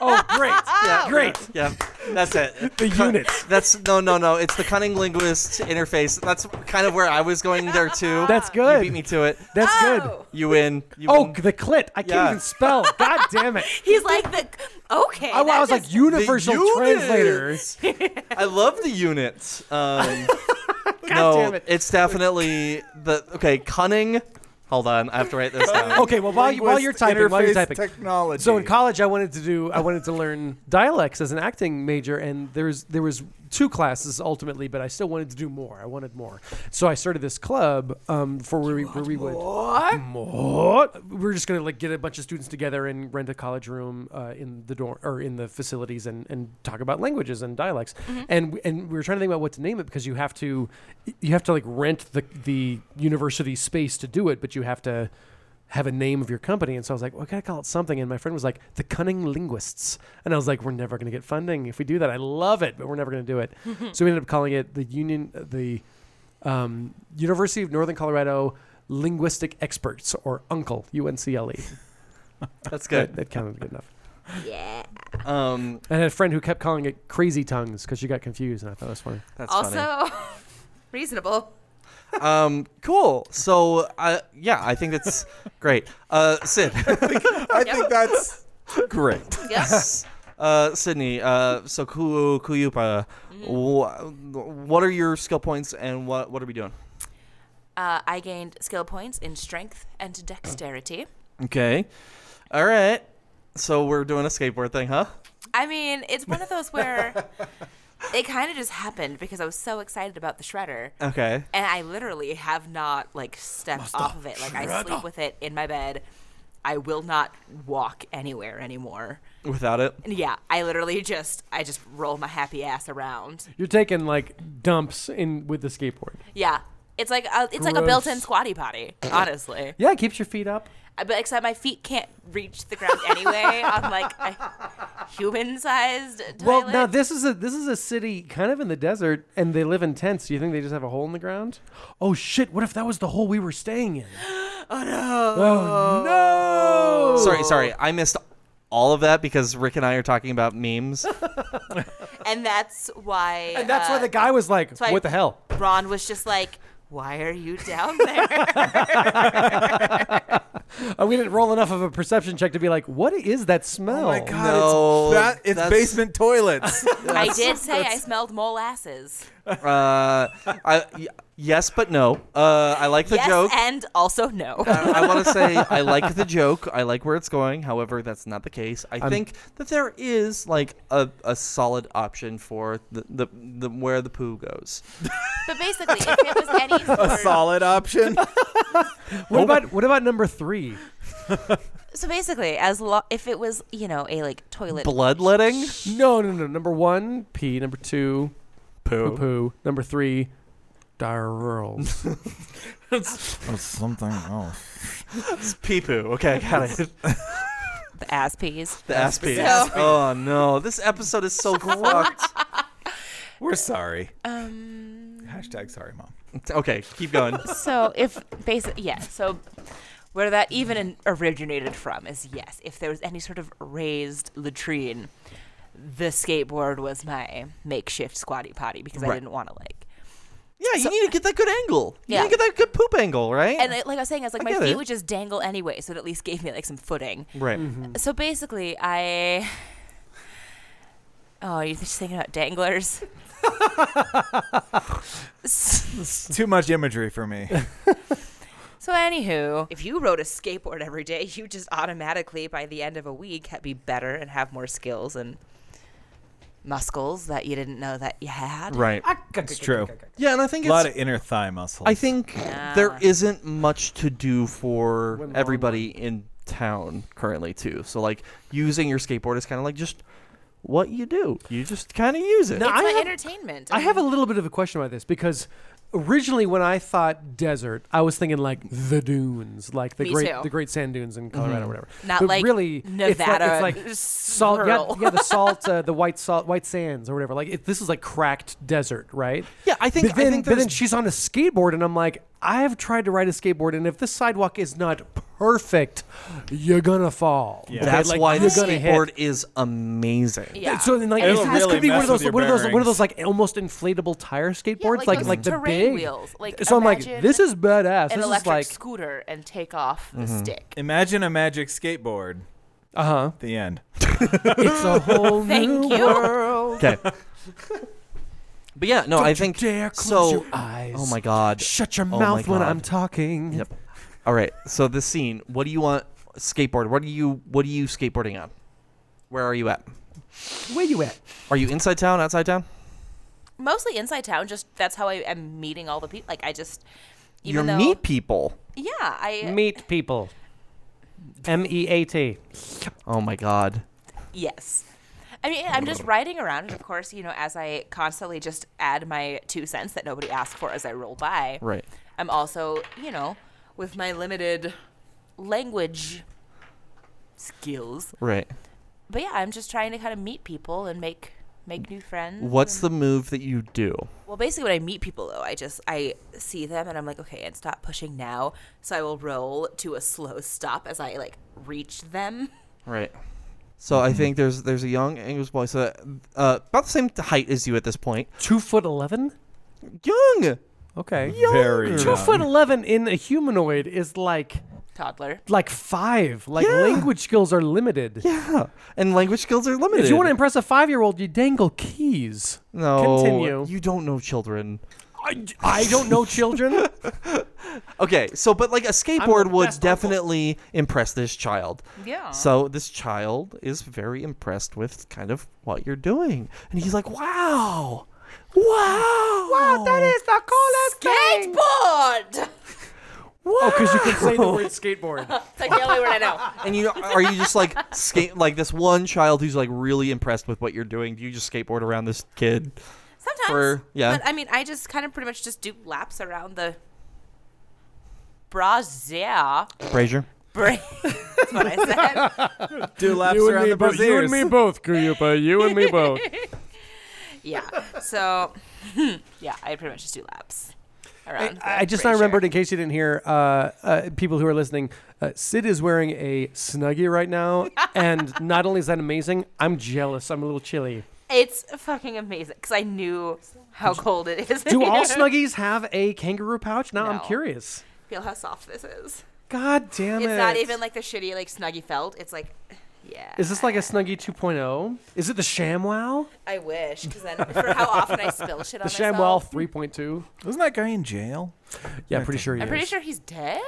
Speaker 2: oh great,
Speaker 1: Yeah.
Speaker 2: great.
Speaker 1: Yeah. That's it.
Speaker 2: The units.
Speaker 1: That's no, no, no. It's the cunning linguist interface. That's kind of where I was going there too.
Speaker 2: That's
Speaker 1: You
Speaker 2: good.
Speaker 1: beat me to it.
Speaker 2: That's
Speaker 4: Oh.
Speaker 1: You win. You
Speaker 2: good. Oh,
Speaker 1: win.
Speaker 2: the clit. I can't
Speaker 1: Yeah.
Speaker 2: even spell. God damn it.
Speaker 4: He's like the okay.
Speaker 2: I, I was like universal translator.
Speaker 1: units. I love the units. Um, no,
Speaker 2: God damn it.
Speaker 1: it's definitely the okay cunning. Hold on, I have to write this down.
Speaker 2: Okay, well while, you, while you're
Speaker 3: Uh, Linguist
Speaker 2: typing, while you're
Speaker 3: interface
Speaker 2: typing.
Speaker 3: technology.
Speaker 2: So in college, I wanted to do, I wanted to learn dialects as an acting major, and there's there was two classes ultimately, but I still wanted to do more. I wanted more, so I started this club um, for where we, where we would more. We were just gonna like get a bunch of students together and rent a college room uh, in the dorm or in the facilities and, and talk about languages and dialects, and we- and we were trying to think about what to name it because you have to you have to like rent the the university space to do it, but you have to have a name of your company. And so I was like, well, I gotta call it something. And my friend was like, The Cunning Linguists. And I was like, We're never gonna get funding if we do that. I love it, but we're never gonna do it. so we ended up calling it the Union, the um, University of Northern Colorado Linguistic Experts, or UNCLE, U N C L E.
Speaker 1: That's
Speaker 2: That,
Speaker 1: good.
Speaker 2: that counted good enough.
Speaker 1: Um,
Speaker 2: And I had a friend who kept calling it Crazy Tongues because she got confused, and I thought it was funny.
Speaker 1: that's funny.
Speaker 4: also reasonable.
Speaker 1: Um, cool. So, uh, yeah, I think that's great. Uh, Sid.
Speaker 5: I think that's
Speaker 1: great.
Speaker 4: Yes.
Speaker 1: Uh, Sydney. Uh, so Ku Kuyupa, wh- what are your skill points and what what are we doing?
Speaker 4: Uh, I gained skill points in strength and dexterity.
Speaker 1: Okay. All right. So we're doing a skateboard thing, huh?
Speaker 4: I mean, it's one of those where it kind of just happened because I was so excited about the shredder.
Speaker 2: Uh-huh.
Speaker 1: Okay.
Speaker 4: And I literally have not like stepped off of it. Like I sleep with it in my bed. I will not walk anywhere anymore.
Speaker 1: Without it.
Speaker 4: And yeah, I literally just I just roll my happy ass around.
Speaker 2: You're taking like dumps in with the skateboard.
Speaker 4: Yeah. It's like a, it's like a
Speaker 2: Gross.
Speaker 4: built-in squatty potty, honestly.
Speaker 2: Yeah, it keeps your feet up.
Speaker 4: Uh, but except my feet can't reach the ground anyway on like a human-sized
Speaker 2: Well,
Speaker 4: toilet.
Speaker 2: now this is a this is a city kind of in the desert, and they live in tents. Do you think they just have a hole in the ground? Oh shit! What if that was the hole we were staying in? oh no!
Speaker 1: Sorry, sorry. I missed all of that because Rick and I are talking about memes. Uh,
Speaker 4: and that's why.
Speaker 2: And that's why
Speaker 4: uh,
Speaker 2: the guy was like,
Speaker 4: why-
Speaker 2: "What the hell?"
Speaker 4: Ron was just like, "Why are you down there?"
Speaker 2: Uh, we didn't roll enough of a perception check to be like, "What is that smell?"
Speaker 5: oh my god.
Speaker 1: No,
Speaker 5: it's that it's
Speaker 1: that's-
Speaker 5: basement toilets.
Speaker 4: I did say I smelled molasses.
Speaker 1: Uh, I, y- yes, but no. Uh, I like the
Speaker 4: yes,
Speaker 1: joke.
Speaker 4: and also no.
Speaker 1: I, I want to say I like the joke. I like where it's going. However, that's not the case. I think that there is like a, a solid option for the, the, the where the poo goes.
Speaker 4: but basically, if it was any sort,
Speaker 5: a solid option.
Speaker 2: What about what about number three?
Speaker 4: so basically, as lo- if it was you know a like toilet
Speaker 1: Bloodletting.
Speaker 2: No, no, no. Number one, pee. Number two, poo, poo. Number three, dirls.
Speaker 3: Or Oh, something else.
Speaker 1: Pee poo. Okay, got it.
Speaker 4: ass peas.
Speaker 1: The ass pee.
Speaker 4: So-
Speaker 1: Oh no, this episode is so fucked.
Speaker 5: We're sorry.
Speaker 4: Um.
Speaker 5: Hashtag sorry, mom.
Speaker 1: Okay, keep going.
Speaker 4: So if basic, yeah. So where that even in- originated from is yes. If there was any sort of raised latrine, the skateboard was my makeshift squatty potty because I
Speaker 1: Right.
Speaker 4: didn't want to like.
Speaker 1: Yeah, you need to get that good angle. You
Speaker 4: Yeah.
Speaker 1: need to get that good poop angle, right?
Speaker 4: And like I was saying, I was like
Speaker 1: I
Speaker 4: my
Speaker 1: get
Speaker 4: feet
Speaker 1: it.
Speaker 4: would just dangle anyway, so it at least gave me like some footing.
Speaker 1: right.
Speaker 4: So basically, I. Oh, you're just thinking about danglers.
Speaker 3: Too much imagery for me.
Speaker 4: So, anywho, if you rode a skateboard every day, you just automatically, by the end of a week, ha- be better and have more skills and muscles that you didn't know that you had.
Speaker 1: Right.
Speaker 3: It's true.
Speaker 1: Yeah, and I think
Speaker 3: A lot
Speaker 1: it's.
Speaker 3: of inner thigh muscles.
Speaker 1: I think there isn't much to do for
Speaker 2: Wouldn't
Speaker 1: everybody in town currently too. So like using your skateboard is kind of like just what you do. You just kind of use it.
Speaker 2: No,
Speaker 4: It's
Speaker 2: I
Speaker 4: my
Speaker 2: have-
Speaker 4: entertainment.
Speaker 2: I have a little bit of a question about this because originally when I thought desert, I was thinking like the dunes, like the
Speaker 4: Me
Speaker 2: great
Speaker 4: too.
Speaker 2: the great sand dunes in Colorado
Speaker 1: Mm-hmm.
Speaker 2: or whatever.
Speaker 4: Not
Speaker 2: But
Speaker 4: like
Speaker 2: really it's like-
Speaker 4: Nevada
Speaker 2: It's like, salt, yeah,
Speaker 4: rural.
Speaker 2: yeah, the salt, uh, the white salt, white sands or whatever. Like it, this is like cracked desert, right?
Speaker 1: Yeah, I think-
Speaker 2: But
Speaker 1: I
Speaker 2: then,
Speaker 1: think
Speaker 2: but
Speaker 1: there's-
Speaker 2: then she's on a skateboard, and I'm like, I have tried to ride a skateboard, and if this sidewalk is not perfect, you're gonna fall.
Speaker 3: Yeah.
Speaker 2: Okay,
Speaker 1: That's
Speaker 2: like,
Speaker 1: why the
Speaker 2: you're gonna hit.
Speaker 1: skateboard is amazing.
Speaker 4: Yeah.
Speaker 2: So then, like,
Speaker 3: It'll
Speaker 2: this this
Speaker 3: really
Speaker 2: could be one of
Speaker 3: mess with
Speaker 2: those,
Speaker 3: your
Speaker 2: one of those, one of
Speaker 3: bearings.
Speaker 2: those, like almost inflatable tire skateboards,
Speaker 4: like
Speaker 2: like
Speaker 4: those
Speaker 2: like the
Speaker 4: terrain
Speaker 2: big.
Speaker 4: wheels. Like,
Speaker 2: so I'm like,
Speaker 4: imagine
Speaker 2: this is badass. This
Speaker 4: an
Speaker 2: is
Speaker 4: electric
Speaker 2: like, Mm-hmm.
Speaker 4: scooter and take off the stick.
Speaker 3: Imagine a magic skateboard.
Speaker 2: uh
Speaker 1: Uh-huh.
Speaker 2: huh.
Speaker 3: The end.
Speaker 2: It's a whole
Speaker 4: Thank
Speaker 2: new
Speaker 4: you.
Speaker 2: world.
Speaker 1: Okay. But yeah, no, I think
Speaker 2: Dare close
Speaker 1: so.
Speaker 2: your eyes.
Speaker 1: Oh my god.
Speaker 2: Shut your
Speaker 1: Oh my
Speaker 2: mouth when
Speaker 1: God.
Speaker 2: I'm talking.
Speaker 1: Yep. All right. So this scene. What do you want? Skateboard. What are you? What are you skateboarding on? Where are you at?
Speaker 2: Where you at?
Speaker 1: Are you inside town? Outside town?
Speaker 4: Mostly inside town. Just that's how I am meeting all the people. Like I just,
Speaker 1: you
Speaker 4: even though,
Speaker 1: meet people.
Speaker 4: yeah, I
Speaker 2: Meet people. M E A T.
Speaker 1: Oh my god.
Speaker 4: Yes. I mean, I'm just riding around, and of course, you know, as I constantly just add my two cents that nobody asked for as I roll by,
Speaker 1: Right.
Speaker 4: I'm also, you know, with my limited language skills.
Speaker 1: Right.
Speaker 4: But yeah, I'm just trying to kind of meet people and make make new friends.
Speaker 1: What's the move that you do?
Speaker 4: Well, basically, when I meet people, though, I just I see them and I'm like, okay, and stop pushing now. So I will roll to a slow stop as I like reach them.
Speaker 1: Right. So I think there's there's a young English boy, so uh, about the same height as you at this point.
Speaker 2: Two foot eleven.
Speaker 1: Young.
Speaker 2: Okay.
Speaker 3: Very
Speaker 2: Two
Speaker 3: young.
Speaker 2: foot eleven in a humanoid is like
Speaker 4: Toddler.
Speaker 2: like five. Like
Speaker 1: Yeah.
Speaker 2: language skills are limited.
Speaker 1: Yeah. And language skills are limited.
Speaker 2: If you want to impress a five year old, you dangle keys.
Speaker 1: no,
Speaker 2: Continue.
Speaker 1: You don't know children.
Speaker 2: I, I don't know children.
Speaker 1: Okay, so but like a skateboard would
Speaker 2: best uncle.
Speaker 1: definitely impress this child.
Speaker 4: Yeah.
Speaker 1: So this child is very impressed with kind of what you're doing, and he's like, "Wow, wow, wow, that is the coolest
Speaker 4: Skateboard.
Speaker 2: oh, because you can say the word skateboard.
Speaker 4: It's like the only word I know.
Speaker 1: And you are you just like skate like this one child who's like really impressed with what you're doing? Do you just skateboard around this kid?
Speaker 4: Sometimes.
Speaker 1: for- yeah.
Speaker 4: But I mean, I just kind of pretty much just do laps around the Brazil.
Speaker 1: Brazier.
Speaker 4: Bra- That's what I said.
Speaker 3: Do laps around the
Speaker 2: both. You and me
Speaker 3: braziers.
Speaker 2: both, Kuyupa. You and me both.
Speaker 4: Yeah. So, yeah, I pretty much just do laps around.
Speaker 2: I,
Speaker 4: the
Speaker 2: I just I
Speaker 4: brazier.
Speaker 2: remembered, in case you didn't hear, uh, uh, people who are listening, uh, Sid is wearing a snuggie right now, and not only is that amazing, I'm jealous. I'm a little chilly.
Speaker 4: It's fucking amazing because I knew how cold it is.
Speaker 2: Do all
Speaker 4: snuggies
Speaker 2: snuggies have a kangaroo pouch? Now I'm
Speaker 4: No.
Speaker 2: curious.
Speaker 4: Feel how soft this is.
Speaker 2: God damn it!
Speaker 4: It's not even like the shitty like snuggy felt. It's like, yeah.
Speaker 2: Is this like a snuggie oh? 2.0? Is it the ShamWow?
Speaker 4: I wish because then for how often I spill shit on
Speaker 2: The
Speaker 4: myself.
Speaker 2: ShamWow 3.2?
Speaker 3: Wasn't that guy in jail?
Speaker 2: Yeah, pretty sure he
Speaker 4: I'm
Speaker 2: is.
Speaker 4: pretty sure he's dead.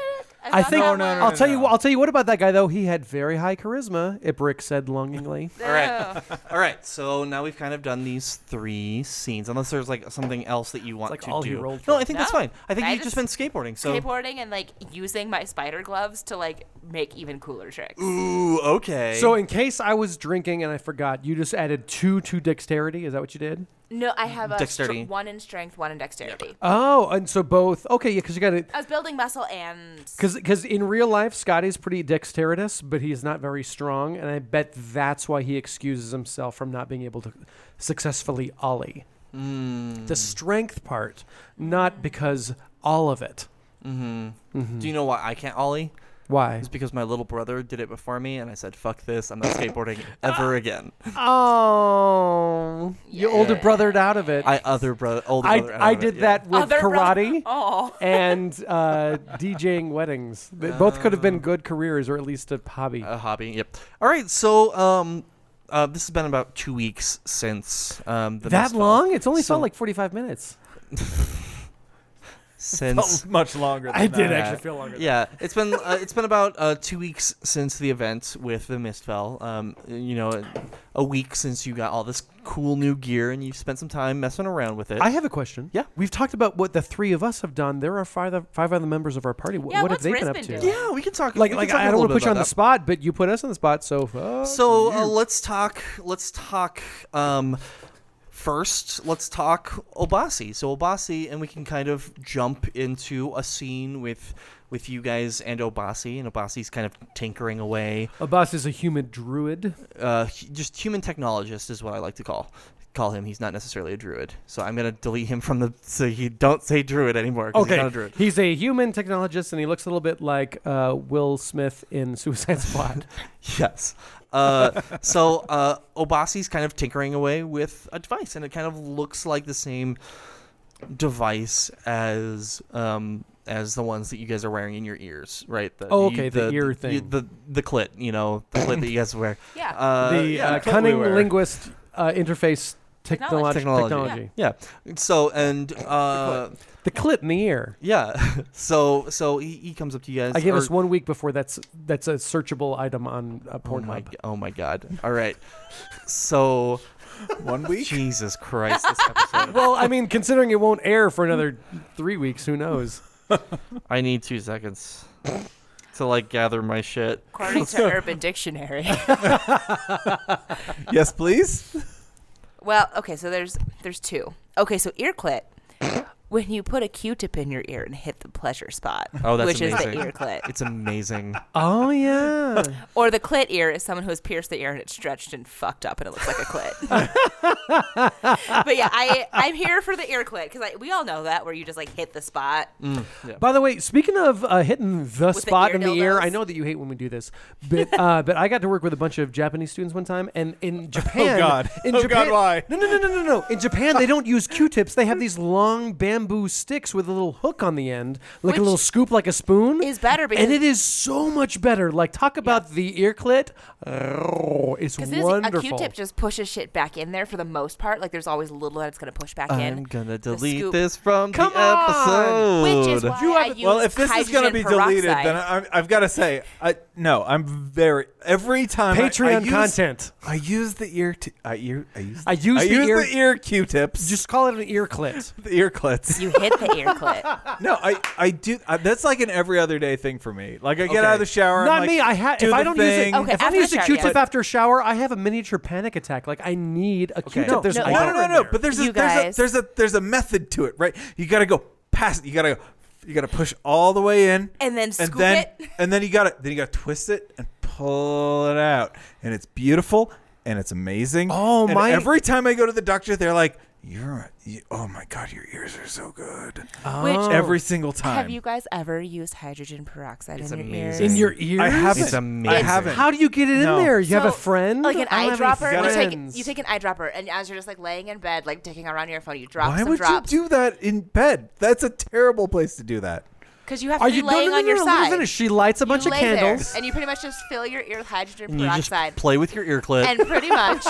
Speaker 2: I
Speaker 4: thought
Speaker 2: think
Speaker 4: that
Speaker 3: no, no,
Speaker 2: I'll
Speaker 4: was-
Speaker 2: tell you. I'll tell you what about that guy though. He had very high charisma. Ibrick said longingly.
Speaker 1: All right, all right. So now we've kind of done these three scenes, unless there's like something else that you want
Speaker 2: like
Speaker 1: to
Speaker 2: all he
Speaker 1: do.
Speaker 2: rolled
Speaker 1: no,
Speaker 2: for.
Speaker 1: I think that's
Speaker 4: No,
Speaker 1: fine. I think
Speaker 4: I
Speaker 1: you've just, been skateboarding. So
Speaker 4: skateboarding and like using my spider gloves to like make even cooler tricks.
Speaker 1: ooh, okay.
Speaker 2: So in case I was drinking and I forgot, you just added two to dexterity. Is that what you did?
Speaker 4: No, I have a str-
Speaker 1: Mm, Dexterity.
Speaker 4: one in strength, one in dexterity.
Speaker 2: Oh, and so both. Okay, yeah, because you got to.
Speaker 4: I was building muscle and
Speaker 2: Because in real life, Scotty's pretty dexterous, but he's not very strong, and I bet that's why he excuses himself from not being able to successfully ollie. The strength part, not because all of it.
Speaker 1: do you know why I can't ollie?
Speaker 2: Why?
Speaker 1: It's because my little brother did it before me, and I said, "Fuck this! I'm not skateboarding ever again."
Speaker 2: Oh, you older brothered out of it.
Speaker 1: I other brother, older
Speaker 2: I,
Speaker 1: brother.
Speaker 2: I did that with
Speaker 4: Other brother-
Speaker 2: karate
Speaker 4: Oh,
Speaker 2: and uh, DJing weddings. They both could have
Speaker 1: Oh.
Speaker 2: been good careers or at least a hobby.
Speaker 1: A hobby. Yep. All right. So um, uh, this has been about two weeks since um the
Speaker 2: that
Speaker 1: mist fell.
Speaker 2: long? It's only
Speaker 1: So-
Speaker 2: felt like 45 minutes.
Speaker 1: since.
Speaker 3: much longer. Than that.
Speaker 2: feel longer.
Speaker 1: Yeah, it's been uh, it's been about uh, two weeks since the event with the Mistfell. Um, you know, a week since you got all this cool new gear and you spent some time messing around with it.
Speaker 2: I have a question.
Speaker 1: Yeah.
Speaker 2: We've talked about what the three of us have done. There are five, oth- five other members of our party. What,
Speaker 4: Yeah,
Speaker 2: what have
Speaker 4: what's
Speaker 2: they been
Speaker 4: Risbon
Speaker 2: up to?
Speaker 4: doing?
Speaker 1: yeah, we can talk.
Speaker 2: Like,
Speaker 1: we can
Speaker 2: like
Speaker 1: talk
Speaker 2: I
Speaker 1: a
Speaker 2: don't
Speaker 1: little
Speaker 2: want to
Speaker 1: bit
Speaker 2: put you on
Speaker 1: about
Speaker 2: the
Speaker 1: that.
Speaker 2: spot, but you put us on the spot, so. fuck
Speaker 1: So uh,
Speaker 2: you.
Speaker 1: let's talk. Let's talk. Um, first, let's talk Obasi. So Obasi, and we can kind of jump into a scene with with you guys and Obasi, and Obasi's kind of tinkering away.
Speaker 2: Abbas is a human druid.
Speaker 1: Uh, hu- just human technologist is what I like to call call him. He's not necessarily a druid, so I'm gonna delete him from the so you don't say druid anymore. 'cause he's not a druid.
Speaker 2: He's a human technologist, and he looks a little bit like uh, Will Smith in Suicide Squad.
Speaker 1: Yes. Uh, so uh, Obasi's kind of tinkering away with a device, and it kind of looks like the same device as um, as the ones that you guys are wearing in your ears, right? The,
Speaker 2: Oh,
Speaker 1: you-
Speaker 2: okay, the ear
Speaker 1: you-
Speaker 2: thing.
Speaker 1: the the clit, you know, the clit that you guys wear.
Speaker 4: Yeah.
Speaker 1: Uh,
Speaker 2: the
Speaker 1: yeah,
Speaker 2: uh,
Speaker 1: clit we
Speaker 2: cunning
Speaker 1: wear.
Speaker 2: linguist uh, interface technolog-
Speaker 4: Technology.
Speaker 2: technology.
Speaker 1: Technology. Yeah. So and uh,
Speaker 2: The clit in the ear.
Speaker 1: yeah. So so he, he comes up to you guys.
Speaker 2: I gave
Speaker 1: or-
Speaker 2: us one week before that's that's a searchable item on uh,
Speaker 1: Oh my,
Speaker 2: Pornhub.
Speaker 1: g- oh my god. All right. So
Speaker 5: One week.
Speaker 1: Jesus Christ, this episode.
Speaker 2: well, I mean, considering it won't air for another three weeks, who knows?
Speaker 1: I need two seconds to like gather my shit.
Speaker 4: According to Urban Dictionary.
Speaker 5: yes, please.
Speaker 4: Well, okay, so there's there's two. Okay, so ear clit. When you put a Q-tip in your ear and hit the pleasure spot,
Speaker 1: Oh, that's
Speaker 4: which is
Speaker 1: amazing.
Speaker 4: the ear clit,
Speaker 1: It's amazing.
Speaker 2: Oh yeah.
Speaker 4: or the clit ear is someone who has pierced the ear and it's stretched and fucked up and it looks like a clit. but yeah, I I'm here for the ear clit because we all know that where you just like hit the spot.
Speaker 2: By the way, speaking of uh, hitting the
Speaker 4: the
Speaker 2: spot
Speaker 4: ear
Speaker 2: in the ear,
Speaker 4: dildos.
Speaker 2: I know that you hate when we do this, but uh, but I got to work with a bunch of Japanese students one time, and in Japan,
Speaker 3: God.
Speaker 2: in
Speaker 3: Oh, God,
Speaker 2: Japan,
Speaker 3: why?
Speaker 2: No, no, no, no, no, no. In Japan, they don't use Q-tips. They have these long bamboo sticks with a little hook on the end, like
Speaker 4: Which
Speaker 2: a little scoop, like a spoon.
Speaker 4: is better because-
Speaker 2: and it is so much better. Like talk about the ear clit. Oh, it's
Speaker 4: Because
Speaker 2: wonderful.
Speaker 4: a Q-tip just pushes shit back in there for the most part. Like there's always little that it's gonna push back in.
Speaker 1: I'm gonna
Speaker 4: The
Speaker 1: delete
Speaker 4: scoop-
Speaker 1: this from
Speaker 2: Come
Speaker 1: the
Speaker 2: on!
Speaker 1: episode.
Speaker 4: which is why
Speaker 3: You
Speaker 4: I
Speaker 3: haven't-
Speaker 4: use
Speaker 3: well, if this is
Speaker 4: going to
Speaker 3: be deleted, then I, I've got to say, I no, I'm very every time I- I
Speaker 2: Patreon
Speaker 3: use-
Speaker 2: content.
Speaker 3: I use the ear. T- I ear. I use.
Speaker 2: I use
Speaker 3: I
Speaker 2: the
Speaker 3: use
Speaker 2: ear-
Speaker 3: the ear Q-tips.
Speaker 2: Just call it an ear clit.
Speaker 3: the ear clits.
Speaker 4: you hit the ear clit.
Speaker 3: no, I. I do. I, that's like an every other day thing for me. Like I get
Speaker 1: Okay.
Speaker 3: out of the shower. I'm
Speaker 2: Not
Speaker 3: like,
Speaker 2: me. I had.
Speaker 3: do
Speaker 2: If I
Speaker 3: the
Speaker 2: don't use
Speaker 3: thing.
Speaker 2: it,
Speaker 4: Okay,
Speaker 2: if I
Speaker 4: after
Speaker 2: don't use a
Speaker 4: shower,
Speaker 2: Q-tip
Speaker 4: yeah.
Speaker 2: after a shower, I have a miniature panic attack. Like I need a Q-tip.
Speaker 1: No,
Speaker 2: There's
Speaker 4: no,
Speaker 2: water
Speaker 3: No, no, no,
Speaker 2: in
Speaker 3: no.
Speaker 2: there.
Speaker 3: But there's a,
Speaker 4: You
Speaker 3: there's
Speaker 4: guys.
Speaker 3: a there's a there's a method to it, right? You gotta go past. You gotta go. You gotta push all the way in,
Speaker 4: And then
Speaker 3: and
Speaker 4: scoop
Speaker 3: then
Speaker 4: it.
Speaker 3: and then you gotta then you gotta twist it and pull it out, and it's beautiful and it's amazing.
Speaker 2: Oh,
Speaker 3: And
Speaker 2: my-
Speaker 3: Every time I go to the doctor, they're like, "You're you, oh my god, your ears are so good."
Speaker 4: Which
Speaker 3: Every single time.
Speaker 4: Oh. have you guys ever used hydrogen peroxide
Speaker 1: It's
Speaker 4: in your
Speaker 1: amazing.
Speaker 4: ears?
Speaker 2: in your ears.
Speaker 3: I haven't.
Speaker 1: It's amazing.
Speaker 3: I haven't.
Speaker 2: How do you get it in
Speaker 3: No.
Speaker 2: there? You have a
Speaker 4: So,
Speaker 2: friend,
Speaker 4: like an
Speaker 2: I don't have
Speaker 4: eyedropper.
Speaker 2: any
Speaker 4: You
Speaker 2: friends.
Speaker 4: take, you take an eyedropper, and as you're just like laying in bed, like dicking around your phone, you drop
Speaker 3: Why
Speaker 4: some
Speaker 3: would
Speaker 4: drops.
Speaker 3: you do that in bed? That's a terrible place to do that.
Speaker 4: Because you have
Speaker 2: Are
Speaker 4: to be
Speaker 2: you no,
Speaker 4: laying
Speaker 2: no, no,
Speaker 4: on your
Speaker 2: no, no, let me
Speaker 4: side.
Speaker 2: finish. She lights a
Speaker 4: You
Speaker 2: bunch of
Speaker 4: lay there,
Speaker 2: candles.
Speaker 4: and you pretty much just fill your ear with hydrogen
Speaker 1: And you just
Speaker 4: peroxide,
Speaker 1: play with your ear clit.
Speaker 4: and pretty much,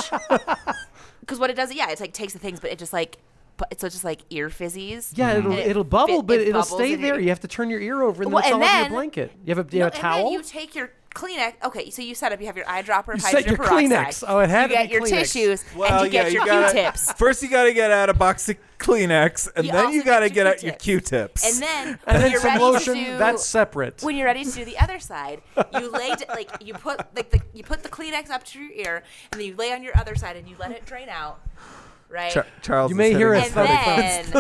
Speaker 4: because what it does, yeah, it's like takes the things, but it just like, but it's just like ear fizzies.
Speaker 2: yeah, it'll
Speaker 4: And it
Speaker 2: it'll bubble,
Speaker 4: fit-
Speaker 2: but it
Speaker 4: it
Speaker 2: will
Speaker 4: bubbles
Speaker 2: stay
Speaker 4: in your
Speaker 2: there.
Speaker 4: ear.
Speaker 2: You have to turn your ear over, and
Speaker 4: Well,
Speaker 2: then it's
Speaker 4: and
Speaker 2: all over your
Speaker 4: then-
Speaker 2: blanket. You have a you have a
Speaker 4: No,
Speaker 2: towel.
Speaker 4: And then you take your Kleenex. Okay, so you set up. You have your eyedropper.
Speaker 2: You set
Speaker 4: hydrogen
Speaker 2: your
Speaker 4: peroxide.
Speaker 2: Kleenex. Oh, it had
Speaker 4: You
Speaker 2: to
Speaker 4: get
Speaker 2: be
Speaker 4: your
Speaker 2: Kleenex.
Speaker 4: tissues
Speaker 3: Well,
Speaker 4: and you get
Speaker 3: yeah,
Speaker 4: your
Speaker 3: gotta-
Speaker 4: Q-tips.
Speaker 3: First, you got to get out a box of Kleenex, and
Speaker 4: You
Speaker 3: then
Speaker 4: also
Speaker 3: you
Speaker 4: get
Speaker 3: got to
Speaker 4: your
Speaker 3: get out your
Speaker 4: Q-tips.
Speaker 3: Q-tips.
Speaker 4: and then
Speaker 2: and
Speaker 4: when
Speaker 2: then
Speaker 4: you're
Speaker 2: some
Speaker 4: ready
Speaker 2: lotion.
Speaker 4: To do,
Speaker 2: That's separate.
Speaker 4: when you're ready to do the other side, you lay d- like you put like the, you put the Kleenex up to your ear, and then you lay on your other side and you let it drain out, right?
Speaker 3: Char- Charles,
Speaker 2: You
Speaker 3: is
Speaker 2: may hear
Speaker 3: hitting
Speaker 2: a
Speaker 4: and
Speaker 3: his fucking-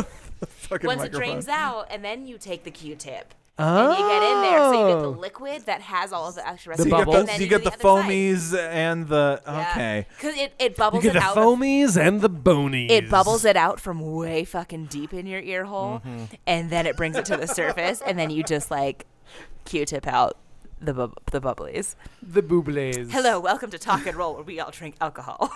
Speaker 4: then
Speaker 3: fucking
Speaker 4: once it
Speaker 3: microphone.
Speaker 4: drains out, and then you take the Q-tip. And you get in there, so you get the liquid that has all of the extra
Speaker 2: Oh. The
Speaker 4: recipe.
Speaker 3: So you get
Speaker 2: bubbles.
Speaker 3: the,
Speaker 4: and then
Speaker 3: you
Speaker 4: do
Speaker 3: get the,
Speaker 4: the other side.
Speaker 3: foamies and the okay.
Speaker 4: Because it, it bubbles
Speaker 2: You get
Speaker 4: it
Speaker 2: the
Speaker 4: out.
Speaker 2: foamies and the bonies.
Speaker 4: it bubbles it out from way fucking deep in your ear hole,
Speaker 2: Mm-hmm.
Speaker 4: and then it brings it to the surface, and then you just like Q-tip out the bub- the bubblies.
Speaker 2: the booblies.
Speaker 4: Hello, welcome to Talk and Roll, where we all drink alcohol.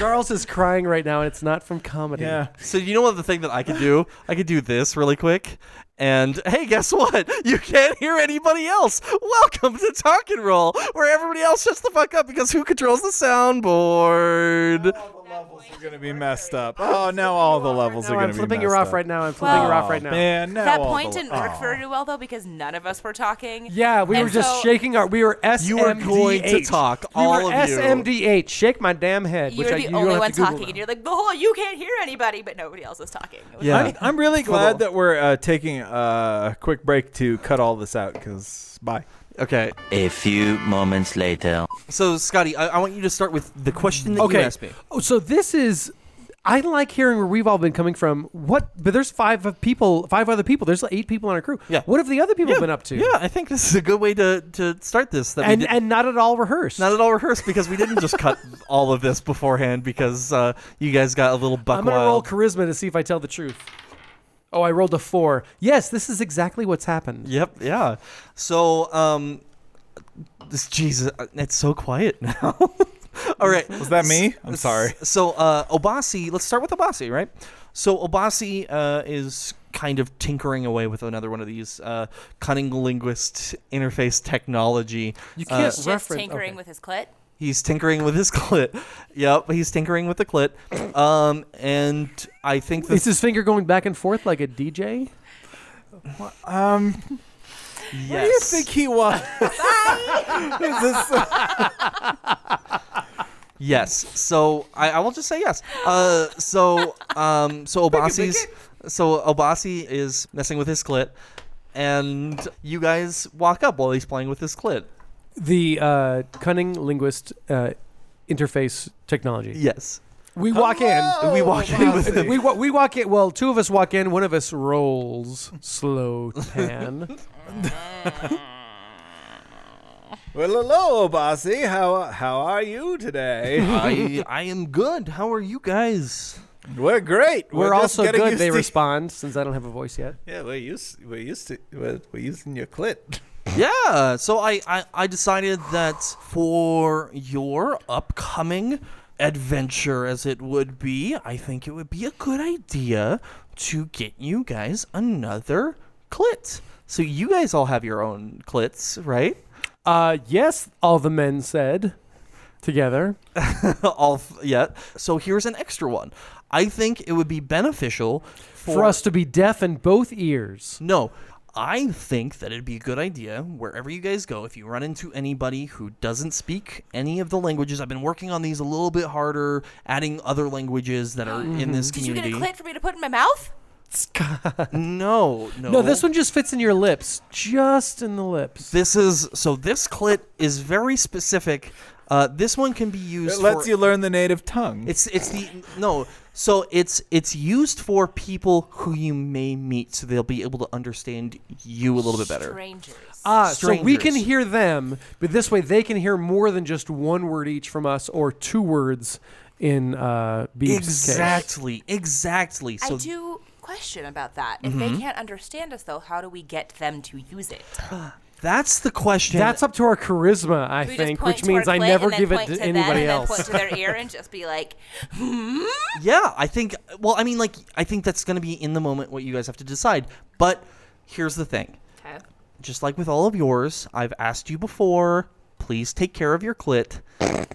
Speaker 2: Charles is crying right now, and it's not from comedy.
Speaker 3: Yeah,
Speaker 1: so you know what the thing that I could do? I could do this really quick. And hey, guess what? You can't hear anybody else. Welcome to Talk and Roll, where everybody else shuts the fuck up because who controls the soundboard?
Speaker 3: it's gonna be messed up. Oh, now all the levels
Speaker 2: No,
Speaker 3: are gonna
Speaker 2: I'm
Speaker 3: be
Speaker 2: flipping
Speaker 3: messed
Speaker 2: her off
Speaker 3: up.
Speaker 2: right now. I'm flipping her off right now.
Speaker 3: Man, now
Speaker 4: that
Speaker 3: all
Speaker 4: point
Speaker 3: the,
Speaker 4: didn't work
Speaker 3: oh.
Speaker 4: very well though, because none of us were talking.
Speaker 2: Yeah, we
Speaker 4: And
Speaker 2: were just
Speaker 4: so
Speaker 2: shaking our. We were SMDH.
Speaker 1: You are going to talk, all
Speaker 2: we were
Speaker 1: of you.
Speaker 2: SMDH. Shake my damn head.
Speaker 4: You
Speaker 2: which
Speaker 4: were
Speaker 2: I,
Speaker 4: the
Speaker 2: you don't
Speaker 4: only
Speaker 2: have
Speaker 4: one
Speaker 2: to Google
Speaker 4: talking,
Speaker 2: now.
Speaker 4: and you're like, "Oh, you can't hear anybody," but nobody else is talking. It was
Speaker 1: Yeah.
Speaker 4: funny.
Speaker 3: I'm really
Speaker 1: the-
Speaker 3: glad that we're uh, taking uh, a quick break to cut all this out because bye.
Speaker 1: Okay.
Speaker 6: A few moments later.
Speaker 1: So, Scotty, I, I want you to start with the question that you
Speaker 2: Okay.
Speaker 1: asked me.
Speaker 2: Oh, so this is. I like hearing where we've all been coming from. What? But there's five of people, five other people. There's like eight people on our crew.
Speaker 1: Yeah.
Speaker 2: What have the other people
Speaker 1: yeah,
Speaker 2: been up to?
Speaker 1: Yeah, I think this is a good way to to start this. That
Speaker 2: And
Speaker 1: we did,
Speaker 2: and not at all rehearsed.
Speaker 1: not at all rehearsed because we didn't just cut all of this beforehand because uh, you guys got a little buck
Speaker 2: I'm gonna roll
Speaker 1: wild.
Speaker 2: charisma to see if I tell the truth. Oh, I rolled a four. Yes, this is exactly what's happened.
Speaker 1: Yep. Yeah. So, um, this Jesus, it's so quiet now. All right.
Speaker 3: Was that me? I'm
Speaker 1: S-
Speaker 3: sorry.
Speaker 1: So, uh, Obasi, let's start with Obasi, right? So, Obasi uh, is kind of tinkering away with another one of these uh, cunning linguist interface technology.
Speaker 2: You
Speaker 1: Uh,
Speaker 2: can't
Speaker 4: Just
Speaker 2: reference.
Speaker 4: tinkering
Speaker 2: okay.
Speaker 4: with his clit.
Speaker 1: He's tinkering with his clit. Yep, he's tinkering with the clit. Um, and I think
Speaker 2: Is
Speaker 1: this
Speaker 2: his finger going back and forth like a DJ?
Speaker 3: Um,
Speaker 1: yes.
Speaker 3: what do you think he was? Is this-
Speaker 1: Yes. So I, I will just say yes. Uh, so um, so Obasi's so Obasi is messing with his clit, and you guys walk up while he's playing with his clit.
Speaker 2: The uh, cunning linguist uh, interface technology.
Speaker 1: Yes.
Speaker 2: We walk in.
Speaker 1: we walk in with him.
Speaker 2: We, wa- we walk in. Well, two of us walk in. One of us rolls slow tan.
Speaker 3: well, hello, Obasi. How how are you today?
Speaker 1: I I am good. How are you guys?
Speaker 3: We're great.
Speaker 2: We're,
Speaker 3: just
Speaker 2: also
Speaker 3: getting
Speaker 2: good.
Speaker 3: used
Speaker 2: They
Speaker 3: to-
Speaker 2: respond since I don't have a voice yet.
Speaker 3: Yeah, we're used. We're used to. We're, we're using your clit.
Speaker 1: Yeah. So I I, I decided that for your upcoming adventure as it would be, I think it would be a good idea to get you guys another clit. So you guys all have your own clits, right?
Speaker 2: Uh, yes, all the men said together.
Speaker 1: all f- yet. So here's an extra one. I think it would be beneficial for,
Speaker 2: For us to be deaf in both ears.
Speaker 1: No, I think that it'd be a good idea wherever you guys go if you run into anybody who doesn't speak any of the languages. I've been working on these a little bit harder, adding other languages that are in this
Speaker 4: Mm-hmm. Did you get a
Speaker 1: community.
Speaker 4: clit for me to put in my mouth?
Speaker 1: No, no,
Speaker 2: No, this one just fits in your lips, just in the lips.
Speaker 1: This is so. This clit is very specific. Uh, this one can be used.
Speaker 3: It lets
Speaker 1: for-
Speaker 3: you learn the native tongue.
Speaker 1: It's it's the no. So it's it's used for people who you may meet, so they'll be able to understand you a little bit better.
Speaker 4: Strangers.
Speaker 2: Ah, so we can
Speaker 1: strangers.
Speaker 2: hear them, but this way they can hear more than just one word each from us or two words in uh, Beeb's case.
Speaker 1: Exactly, exactly. So
Speaker 4: I do question about that. If
Speaker 2: Mm-hmm.
Speaker 4: they can't understand us, though, how do we get them to use it?
Speaker 1: that's the question.
Speaker 2: That's up to our charisma, I
Speaker 4: we
Speaker 2: think,
Speaker 4: just
Speaker 2: which
Speaker 4: point to our
Speaker 2: means I
Speaker 4: clit
Speaker 2: never
Speaker 4: and then
Speaker 2: give it
Speaker 4: point
Speaker 2: to,
Speaker 4: them
Speaker 2: anybody
Speaker 4: and
Speaker 2: else.
Speaker 4: Then point to their ear and just be like, hmm?
Speaker 1: yeah. I think. Well, I mean, like, I think that's going to be in the moment what you guys have to decide. But here's the thing.
Speaker 4: Okay.
Speaker 1: Just like with all of yours, I've asked you before. Please take care of your clit.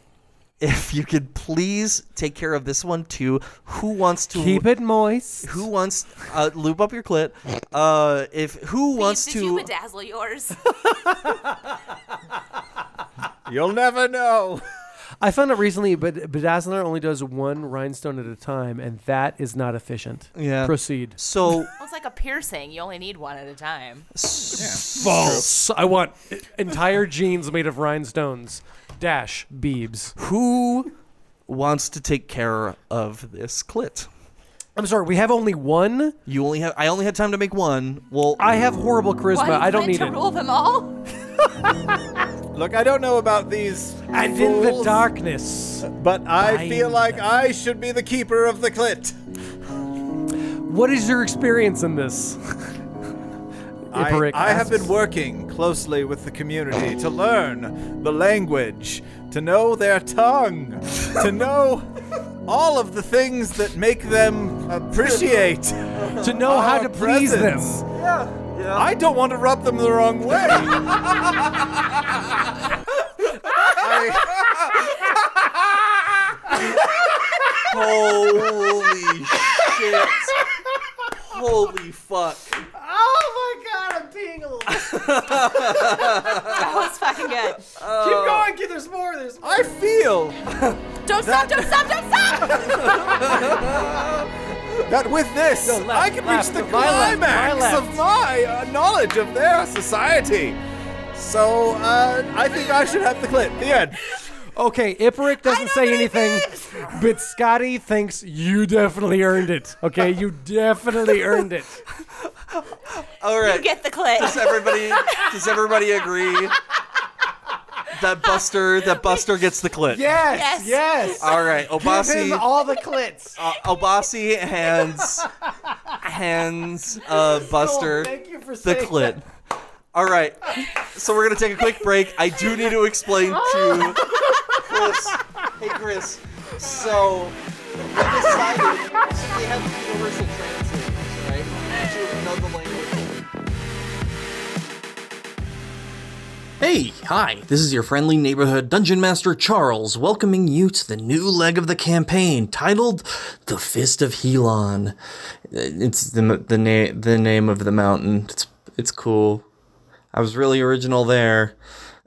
Speaker 1: If you could please take care of this one too. Who wants to
Speaker 2: Keep it moist.
Speaker 1: who wants uh, lube up your clit? Uh, if who wants
Speaker 4: Did you
Speaker 1: to?
Speaker 4: bedazzle yours?
Speaker 3: You'll never know.
Speaker 2: I found out recently, but Bedazzler only does one rhinestone at a time, and that is not efficient.
Speaker 1: Yeah.
Speaker 2: Proceed.
Speaker 1: So
Speaker 4: It's like a piercing. You only need one at a time.
Speaker 2: False. I want e-, entire jeans made of rhinestones. Dash Beebs.
Speaker 1: who wants to take care of this clit?
Speaker 2: I'm sorry, we have only one.
Speaker 1: You only have. I only had time to make one. Well,
Speaker 2: I have horrible charisma.
Speaker 4: One
Speaker 2: I don't
Speaker 4: clit
Speaker 2: need
Speaker 4: to
Speaker 2: it.
Speaker 4: rule them all.
Speaker 3: Look, I don't know about these.
Speaker 2: And in the
Speaker 3: fools,
Speaker 2: darkness,
Speaker 3: But I
Speaker 2: bind
Speaker 3: feel like
Speaker 2: them.
Speaker 3: I should be the keeper of the clit.
Speaker 2: what is your experience in this?
Speaker 3: I,
Speaker 2: Iperic
Speaker 3: I have
Speaker 2: asks.
Speaker 3: been working closely with the community to learn the language, to know their tongue, to know all of the things that make them appreciate.
Speaker 2: to know how to please
Speaker 3: presence.
Speaker 2: them.
Speaker 3: I don't want to rub them the wrong way. I-
Speaker 1: holy shit! Holy fuck!
Speaker 2: Oh
Speaker 1: Uh,
Speaker 4: That was fucking good.
Speaker 2: Keep going, kid. There's more. There's more.
Speaker 3: I feel
Speaker 4: Don't stop, don't stop, don't stop!
Speaker 3: that with this,
Speaker 2: left,
Speaker 3: I can
Speaker 2: left,
Speaker 3: reach the
Speaker 2: my left, my
Speaker 3: climax
Speaker 2: left.
Speaker 3: of my uh, knowledge of their society. So uh, I think I should have the clip. The end.
Speaker 2: Okay, Iperic doesn't say anything, but Scotty thinks you definitely earned it. Okay, you definitely earned it.
Speaker 1: All right.
Speaker 4: Get the clip.
Speaker 1: Does everybody does everybody agree that Buster that Buster gets the clit?
Speaker 2: Yes,
Speaker 4: Yes.
Speaker 2: yes.
Speaker 7: Uh,
Speaker 1: All right.
Speaker 2: Give
Speaker 1: Obasi
Speaker 2: him all the clits.
Speaker 1: uh, Obasi hands hands uh, Buster
Speaker 2: Oh, thank you for
Speaker 1: the
Speaker 2: saying
Speaker 1: clit. All right. So we're gonna take a quick break. I do need to explain to Chris. Hey Chris. So we decided since they have universal translators, right? To another language.
Speaker 3: Hey, hi, this is your friendly neighborhood Dungeon Master Charles, welcoming you to the new leg of the campaign titled The Fist of Helon. Uh, It's the, the, na- the name of the mountain. It's, it's cool. I was really original there.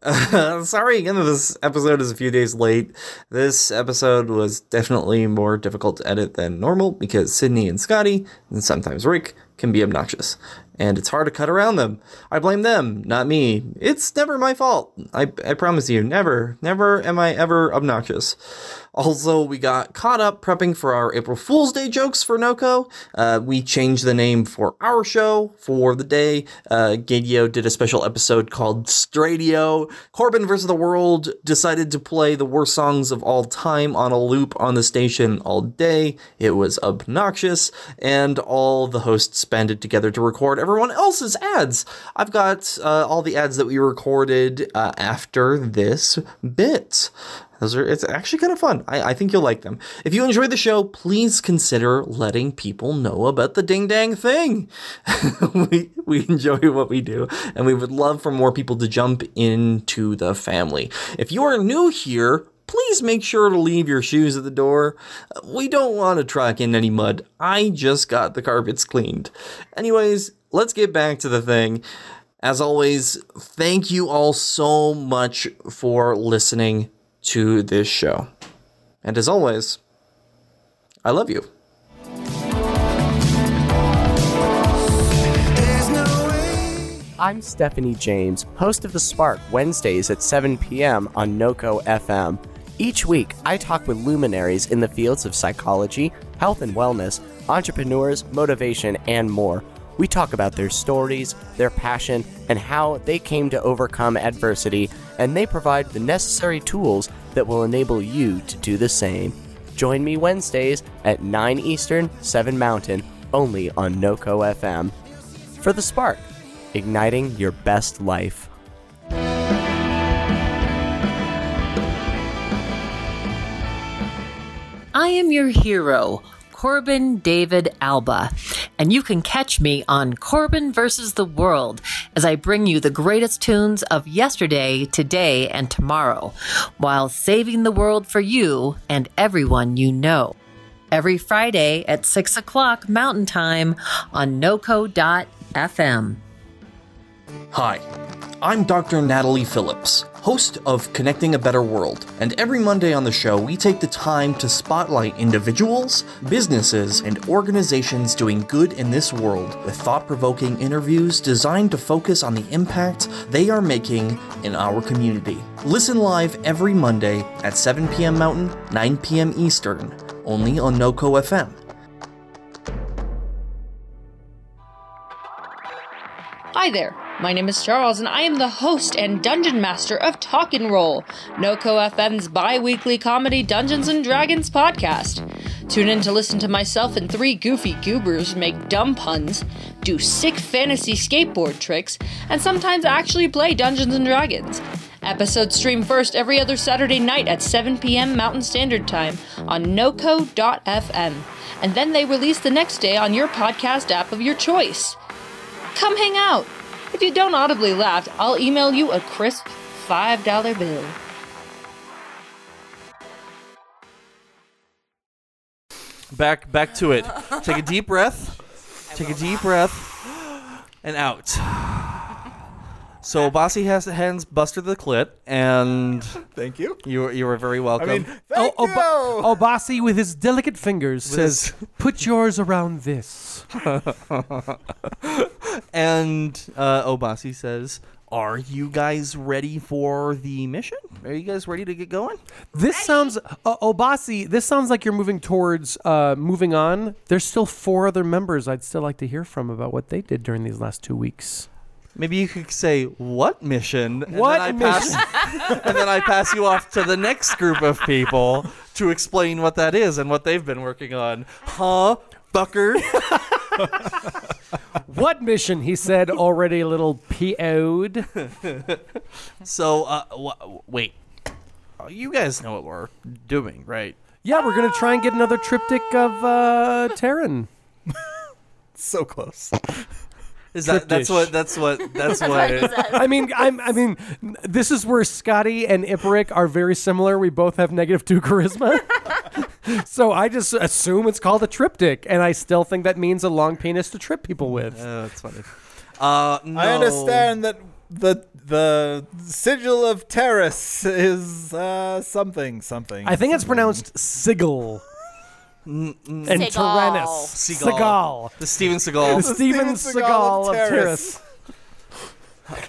Speaker 3: sorry again that this episode is a few days late. This episode was definitely more difficult to edit than normal because Sydney and Scotty, and sometimes Rick, can be obnoxious. And it's hard to cut around them. I blame them, not me. It's never my fault. I, I promise you, never, never am I ever obnoxious. Also, we got caught up prepping for our April Fool's Day jokes for Noco. Uh, we changed the name for our show for the day. Uh, Gadio did a special episode called Stradio. Corbin vs. the World decided to play the worst songs of all time on a loop on the station all day. It was obnoxious, and all the hosts banded together to record everyone else's ads. I've got uh, all the ads that we recorded uh, after this bit. Those are it's actually kind of fun. I, I think you'll like them. If you enjoy the show, please consider letting people know about the ding dang thing. we we enjoy what we do, and we would love for more people to jump into the family. If you are new here, please make sure to leave your shoes at the door. We don't want to track in any mud. I just got the carpets cleaned. Anyways, let's get back to the thing. As always, thank you all so much for listening to this show. And as always, I love you.
Speaker 7: I'm Stephanie James, host of The Spark Wednesdays at 7 p.m. on NOCO FM. Each week, I talk with luminaries in the fields of psychology, health and wellness, entrepreneurs, motivation, and more. We talk about their stories, their passion, and how they came to overcome adversity, and they provide the necessary tools that will enable you to do the same. Join me Wednesdays at 9 Eastern, 7 Mountain, only on NOCO FM. For The Spark, igniting your best life.
Speaker 8: I am your hero, Corbin David Alba, and you can catch me on Corbin versus the World as I bring you the greatest tunes of yesterday, today, and tomorrow, while saving the world for you and everyone you know. Every Friday at 6 o'clock Mountain Time on noco.fm.
Speaker 3: Hi, I'm Dr. Natalie Phillips, host of Connecting a Better World, and every Monday on the show, we take the time to spotlight individuals, businesses, and organizations doing good in this world with thought provoking interviews designed to focus on the impact they are making in our community. Listen live every Monday at 7 p.m. Mountain, 9 p.m. Eastern, only on NOCO FM.
Speaker 9: Hi there, my name is Charles, and I am the host and dungeon master of Talk and Roll, NoCo FM's bi weekly comedy Dungeons and Dragons podcast. Tune in to listen to myself and three goofy goobers make dumb puns, do sick fantasy skateboard tricks, and sometimes actually play Dungeons and Dragons. Episodes stream first every other Saturday night at 7 p.m. Mountain Standard Time on noco.fm, and then they release the next day on your podcast app of your choice come hang out. If you don't audibly laugh, I'll email you a crisp $5 bill.
Speaker 1: back back to it. Take a deep breath. Take a deep breath. And out. So Bossy has hands Buster the clit, and
Speaker 5: thank you.
Speaker 1: You you were very welcome.
Speaker 2: oh, oh, Ba- oh, Bossy with his delicate fingers
Speaker 1: With
Speaker 2: says, "Put yours around this."
Speaker 1: and uh, Obasi says, "Are you guys ready for the mission? Are you guys ready to get going?"
Speaker 2: This sounds, uh, Obasi. This sounds like you're moving towards uh, moving on. There's still four other members I'd still like to hear from about what they did during these last two weeks.
Speaker 1: Maybe you could say what mission? and
Speaker 2: What
Speaker 1: then I pass- and then I pass you off to the next group of people to explain what that is and what they've been working on. Huh, fucker?
Speaker 2: what mission? He said already a little PO'd.
Speaker 1: so, uh, wh- wait. Oh, You guys know what we're doing, right?
Speaker 2: Yeah, we're gonna try and get another triptych of uh, Terran.
Speaker 1: So close. Is that that's
Speaker 2: Triptych.
Speaker 1: what that's what that's what?
Speaker 2: I mean, I'm, I mean, this is where Scotty and Iperic are very similar. We both have negative two charisma. so I just assume it's called a triptych, and I still think that means a long penis to trip people with.
Speaker 1: Oh, that's funny. Uh, no.
Speaker 5: I understand that the the sigil of Terrace is uh, something something.
Speaker 2: I think it's pronounced sigil.
Speaker 1: And
Speaker 2: and Tyrannus. Seagal.
Speaker 1: The Steven Seagal.
Speaker 2: The Steven Seagal of Terrace.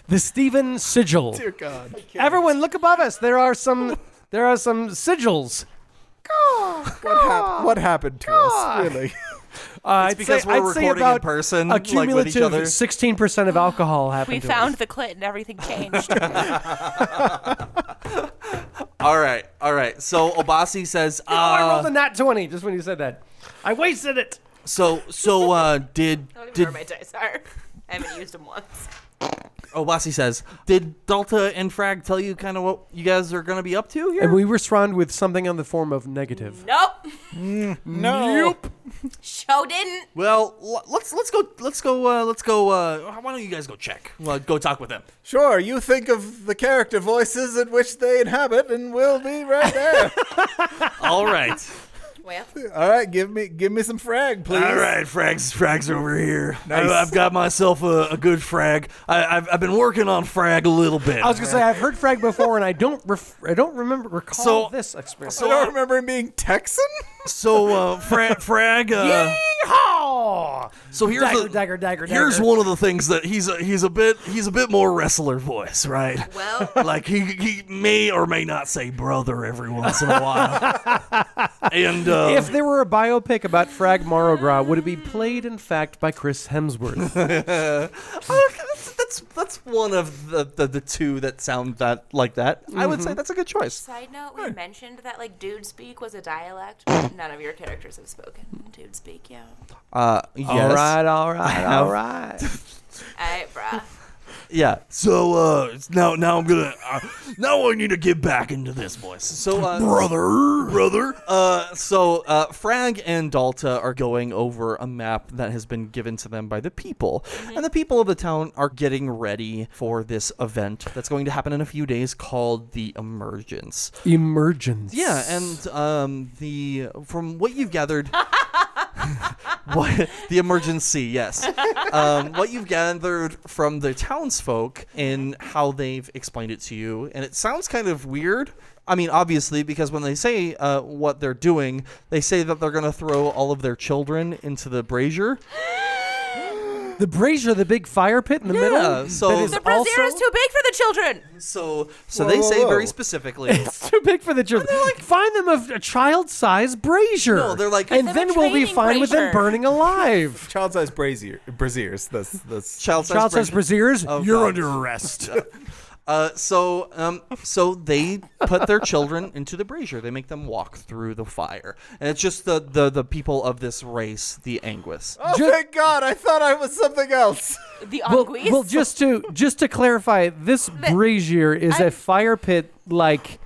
Speaker 2: The Steven Sigil.
Speaker 5: Dear God.
Speaker 2: Everyone, look above us. There are some. There are some sigils.
Speaker 5: What, hap- Ah, what happened to
Speaker 2: God.
Speaker 5: us, really?
Speaker 2: Uh,
Speaker 1: It's
Speaker 2: I'd
Speaker 1: because
Speaker 2: say,
Speaker 1: we're
Speaker 2: I'd say
Speaker 1: recording in
Speaker 2: about
Speaker 1: person,
Speaker 2: A
Speaker 1: like, with each other.
Speaker 2: cumulative sixteen percent of alcohol happened.
Speaker 4: We
Speaker 2: to
Speaker 4: found
Speaker 2: us.
Speaker 4: the clit and everything changed.
Speaker 1: All right, all right. So Obasi says,
Speaker 2: Oh, I
Speaker 1: uh,
Speaker 2: rolled a nat twenty just when you said that. I wasted it.
Speaker 1: so so uh, did
Speaker 4: I don't even know
Speaker 1: did
Speaker 4: where my dice are. I haven't used them once.
Speaker 1: Obasi says, did Delta and Frag tell you kind of what you guys are gonna be up to here?
Speaker 2: And we respond with something on the form of negative.
Speaker 4: Nope.
Speaker 5: No.
Speaker 4: Show didn't.
Speaker 1: well, l- let's let's go let's go uh, let's go. Uh, why don't you guys go check? Well, go talk with them.
Speaker 5: Sure, you think of the character voices in which they inhabit, and we'll be right there.
Speaker 1: All right,
Speaker 4: Well,
Speaker 5: All right, give me give me some frag, please.
Speaker 1: all right. Frags Frags over here.
Speaker 5: Nice.
Speaker 1: I, I've got myself a, a good frag. I, I've I've been working on frag a little bit.
Speaker 2: I was gonna say I've heard frag before, and I don't ref- I don't remember recall
Speaker 1: So-
Speaker 2: this experience.
Speaker 5: I don't remember him being Texan.
Speaker 1: so uh, Frag Frag. Uh,
Speaker 2: Yeehaw!
Speaker 1: So here's
Speaker 2: Dagger,
Speaker 1: the-
Speaker 2: dagger, dagger,
Speaker 1: Here's
Speaker 2: dagger.
Speaker 1: one of the things that he's a, he's a bit he's a bit more wrestler voice, right?
Speaker 4: well,
Speaker 1: like he he may or may not say brother every once in a while. and uh,
Speaker 2: If there were a biopic about Frag Morogra, would it be played in fact by Chris Hemsworth?
Speaker 1: oh, that's, that's that's one of the, the the two that sound that like that. I would say that's a good choice.
Speaker 4: side note, we mentioned that like dude speak was a dialect, but none of your characters have spoken dude speak. Yeah.
Speaker 1: Uh, yes.
Speaker 2: All right, all right,
Speaker 1: have-
Speaker 2: all right.
Speaker 4: Alright, bruh.
Speaker 1: Yeah. So uh, now now I'm gonna uh, now I need to get back into this voice. So uh, brother, brother. Uh, so uh, Frag and Dalta are going over a map that has been given to them by the people, and the people of the town are getting ready for this event that's going to happen in a few days called the Emergence.
Speaker 2: Emergence.
Speaker 1: Yeah, and um, the from what you've gathered, what the emergency, yes, um, what you've gathered from the townsfolk and how they've explained it to you, and it sounds kind of weird. I mean, obviously, because when they say uh, what they're doing, they say that they're going to throw all of their children into the brazier.
Speaker 2: the brazier, the big fire pit in the
Speaker 1: Yeah,
Speaker 2: middle.
Speaker 1: so-
Speaker 2: that is
Speaker 1: The
Speaker 4: The brazier is
Speaker 2: also-
Speaker 4: too big for the children.
Speaker 1: So, so
Speaker 5: Whoa,
Speaker 1: they
Speaker 5: whoa,
Speaker 1: say
Speaker 5: whoa.
Speaker 1: very specifically.
Speaker 2: It's too big for the children. find them a, a child-sized brazier.
Speaker 1: No, they're like-
Speaker 2: and
Speaker 4: Give them
Speaker 2: then
Speaker 4: a
Speaker 2: we'll be
Speaker 4: training
Speaker 2: fine with them
Speaker 4: brazier.
Speaker 2: burning alive.
Speaker 5: Child size brazier, braziers. That's that's.
Speaker 1: Child
Speaker 2: Child sized braziers, you're
Speaker 1: God.
Speaker 2: under arrest.
Speaker 1: Uh, so, um, so they put their children into the brazier. They make them walk through the fire, and it's just the the, the people of this race, the Anguis.
Speaker 5: oh thank God! I thought I was something else.
Speaker 4: The
Speaker 2: well,
Speaker 4: anguis.
Speaker 2: well, just to just to clarify, this brazier is a fire pit like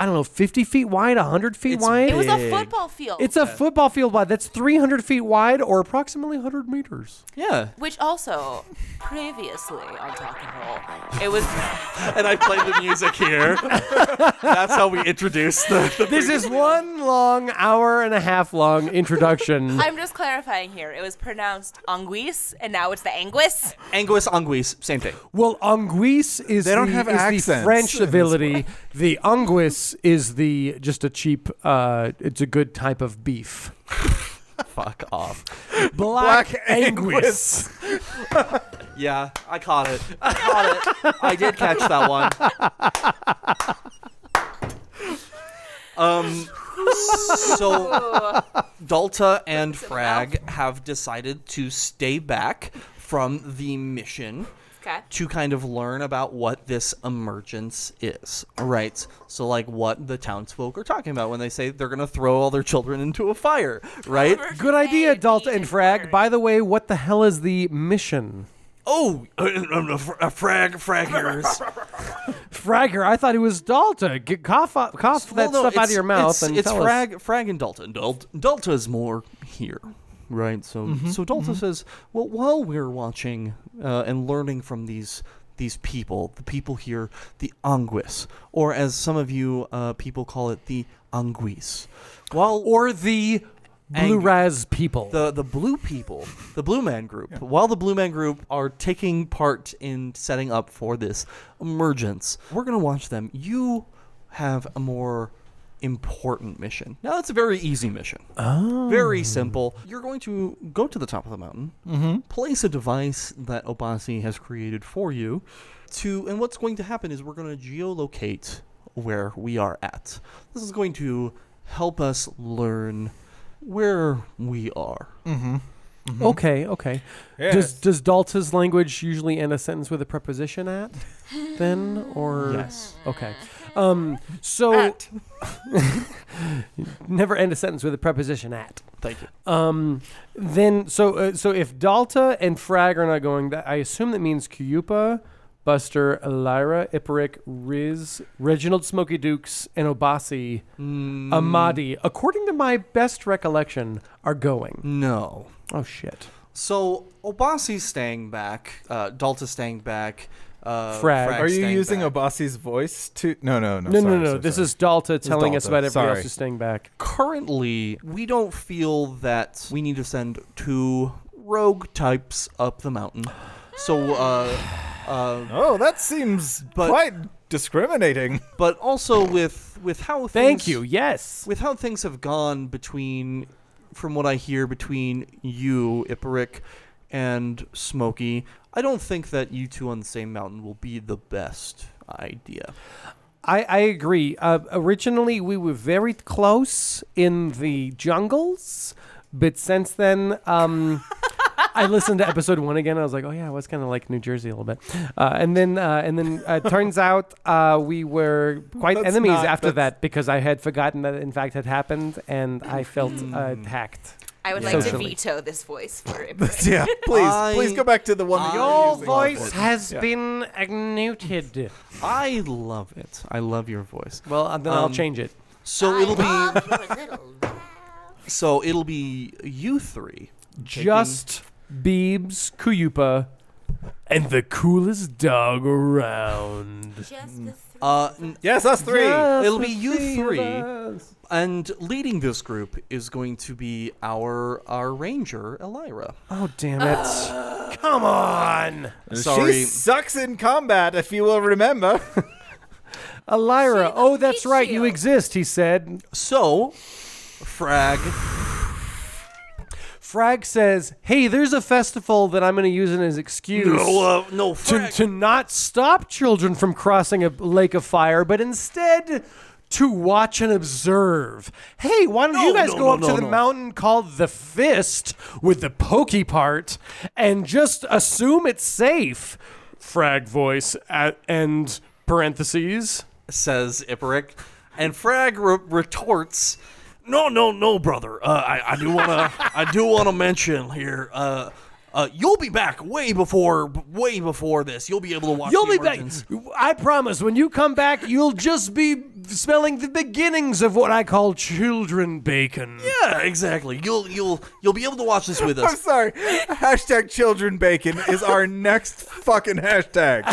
Speaker 2: I don't know, 50 feet wide, 100 feet wide.
Speaker 4: It was a football field.
Speaker 2: It's a football field wide. That's 300 feet wide or approximately 100 meters.
Speaker 1: Yeah.
Speaker 4: Which also, previously on Talking Roll, it was.
Speaker 1: and I play the music here. That's how we introduce the. the
Speaker 2: This is one long hour and a half long introduction.
Speaker 4: I'm just clarifying here. It was pronounced anguis, and now it's the anguis.
Speaker 1: Anguis Anguis, same thing.
Speaker 2: Well, anguisse is
Speaker 4: They don't
Speaker 2: the,
Speaker 4: have
Speaker 2: is the
Speaker 4: accents
Speaker 2: French
Speaker 4: in this
Speaker 2: civility. The anguisse is the just a cheap. Uh, it's a good type of beef.
Speaker 1: Fuck off.
Speaker 2: Black,
Speaker 1: Anguis. yeah, I caught it. I caught it. I did catch that one. Um, so Dalta and Frag have decided to stay back from the mission
Speaker 4: Okay.
Speaker 1: to kind of learn about what this emergence is, right? So, like, what the townsfolk are talking about when they say they're going to throw all their children into a fire, right?
Speaker 2: Good idea, Dalta and Frag. By the way, what the hell is the mission?
Speaker 1: Oh, a, frag, fraggers.
Speaker 2: Fragger, I thought it was Dalta. Get, cough off- cough
Speaker 1: Well,
Speaker 2: that
Speaker 1: no,
Speaker 2: stuff out of
Speaker 1: it's-
Speaker 2: your mouth
Speaker 1: it's,
Speaker 2: and
Speaker 1: it's
Speaker 2: tell us.
Speaker 1: frag, frag and Dalton. Dalt, Dalta's more here, right? So,
Speaker 2: Mm-hmm.
Speaker 1: so Dalta says, well, while we're watching uh, and learning from these these people, the people here, the Anguis, or as some of you uh, people call it, the Anguis, while
Speaker 2: or the Blue Raz people,
Speaker 1: the the blue people, the Blue Man Group. While the Blue Man Group are taking part in setting up for this emergence, we're gonna watch them. You have a more important mission. Now that's a very easy mission.
Speaker 2: Oh.
Speaker 1: Very simple. You're going to go to the top of the mountain, place a device that Obasi has created for you to and what's going to happen is we're going to geolocate where we are at. This is going to help us learn where we are.
Speaker 5: Mm.
Speaker 2: Mm-hmm. Okay, okay.
Speaker 1: Yes.
Speaker 2: Does does Dalta's language usually end a sentence with a preposition at? Then or
Speaker 1: Yes.
Speaker 2: Okay. Um. So. never end a sentence with a preposition at.
Speaker 1: Thank you.
Speaker 2: Um. Then so uh, so if Dalta and Frag are not going, that I assume that means Cuyupa, Buster, Lyra, Iperic, Riz, Reginald, Smoky Dukes, and Obasi,
Speaker 1: Mm.
Speaker 2: Amadi. According to my best recollection, are going.
Speaker 1: Mm. No.
Speaker 2: Oh shit.
Speaker 1: So Obasi's staying back. Uh, Dalta's staying back. Uh,
Speaker 5: Are you
Speaker 1: staying
Speaker 5: using
Speaker 1: back.
Speaker 5: Obasi's voice to? No, no, no.
Speaker 2: No,
Speaker 5: sorry,
Speaker 2: no, no.
Speaker 5: sorry,
Speaker 2: This
Speaker 5: sorry.
Speaker 2: is Dalta
Speaker 5: It's
Speaker 2: telling us
Speaker 5: Dalta.
Speaker 2: about everybody
Speaker 5: Sorry.
Speaker 2: else who's staying back.
Speaker 1: Currently, we don't feel that we need to send two rogue types up the mountain. So, uh, uh,
Speaker 5: Oh, that seems
Speaker 1: But-
Speaker 5: quite discriminating.
Speaker 1: but also with with how things,
Speaker 2: Thank you. Yes.
Speaker 1: with how things have gone between, from what I hear, between you, Iperic, and Smokey, I don't think that you two on the same mountain will be the best idea.
Speaker 2: I, I agree. Uh, originally, we were very close in the jungles, but since then, um, I listened to episode one again. I was like, oh yeah, it was kind of like New Jersey a little bit. Uh, and then, uh, and then, uh, turns out uh, we were quite
Speaker 5: That's
Speaker 2: enemies
Speaker 5: not-
Speaker 2: after
Speaker 5: that's-
Speaker 2: that because I had forgotten that it in fact had happened, and I felt uh, hacked.
Speaker 4: I would like to
Speaker 2: Socially.
Speaker 4: veto this voice for it.
Speaker 5: yeah, please,
Speaker 1: I-
Speaker 5: please go back to the one. that you were
Speaker 2: Your
Speaker 5: using.
Speaker 2: voice has
Speaker 5: Yeah.
Speaker 2: been muted.
Speaker 1: I love it. I love your voice.
Speaker 2: Well, uh, then I'll
Speaker 1: Um,
Speaker 2: change it.
Speaker 1: So it'll be so it'll be you three. taking-
Speaker 2: Just Beebs, Kuyupa, and the coolest dog around.
Speaker 1: uh, n-
Speaker 5: Yes, us three.
Speaker 1: It'll be you three. and leading this group is going to be our our ranger Elira.
Speaker 2: Oh damn it! Come on,
Speaker 1: Sorry.
Speaker 5: She sucks in combat, if you will remember.
Speaker 2: Elira. Oh, that's
Speaker 4: teach
Speaker 2: right.
Speaker 4: you.
Speaker 2: You exist. He said.
Speaker 1: So, Frag.
Speaker 2: Frag says, "Hey, there's a festival that I'm going to use it as excuse."
Speaker 1: No, uh, no,
Speaker 2: to,
Speaker 1: Frag.
Speaker 2: to not stop children from crossing a lake of fire, but instead to watch and observe. Hey, why don't you
Speaker 1: No,
Speaker 2: guys
Speaker 1: no,
Speaker 2: go
Speaker 1: no,
Speaker 2: up to
Speaker 1: no,
Speaker 2: the
Speaker 1: no.
Speaker 2: mountain called the Fist with the pokey part and just assume it's safe? Frag voice at end parentheses.
Speaker 1: says Iperic, and Frag re- retorts, "No, no, no, brother. Uh, I, I do wanna, I do wanna mention here. Uh, Uh, you'll be back way before, way before this. You'll be able to watch.
Speaker 2: You'll
Speaker 1: the
Speaker 2: be
Speaker 1: origins.
Speaker 2: back. I promise. When you come back, you'll just be smelling the beginnings of what I call children bacon.
Speaker 1: Yeah, exactly. You'll you'll you'll be able to watch this with
Speaker 5: I'm
Speaker 1: us.
Speaker 5: sorry. Hashtag children bacon is our next fucking hashtag.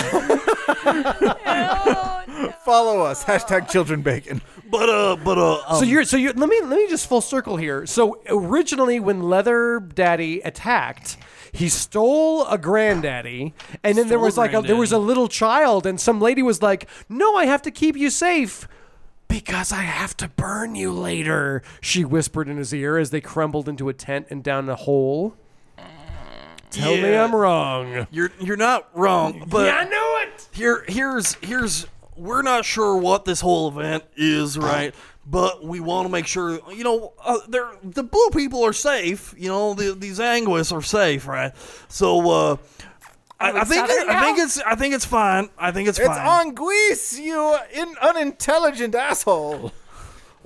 Speaker 4: Oh,
Speaker 5: Follow us. Hashtag children bacon.
Speaker 1: But uh, but uh,
Speaker 2: so
Speaker 1: um,
Speaker 2: you're so you let me let me just full circle here. So originally, when Leather Daddy attacked, he stole a granddaddy, and then there
Speaker 1: Stole a
Speaker 2: was like a, there was a
Speaker 1: granddaddy.
Speaker 2: little child, and some lady was like, "No, I have to keep you safe." Because I have to burn you later, she whispered in his ear as they crumbled into a tent and down a hole. Tell me
Speaker 1: Yeah.
Speaker 2: I'm wrong.
Speaker 1: you're you're not wrong. But
Speaker 2: yeah, I knew it.
Speaker 1: here here's here's we're not sure what this whole event is right but we want to make sure you know uh, they're the blue people are safe you know the, these anguists are safe right so uh I, I think
Speaker 4: excited
Speaker 1: I
Speaker 4: now?
Speaker 1: think it's I think it's fine. I think it's,
Speaker 5: It's
Speaker 1: fine.
Speaker 5: Anguisse, you in- unintelligent asshole.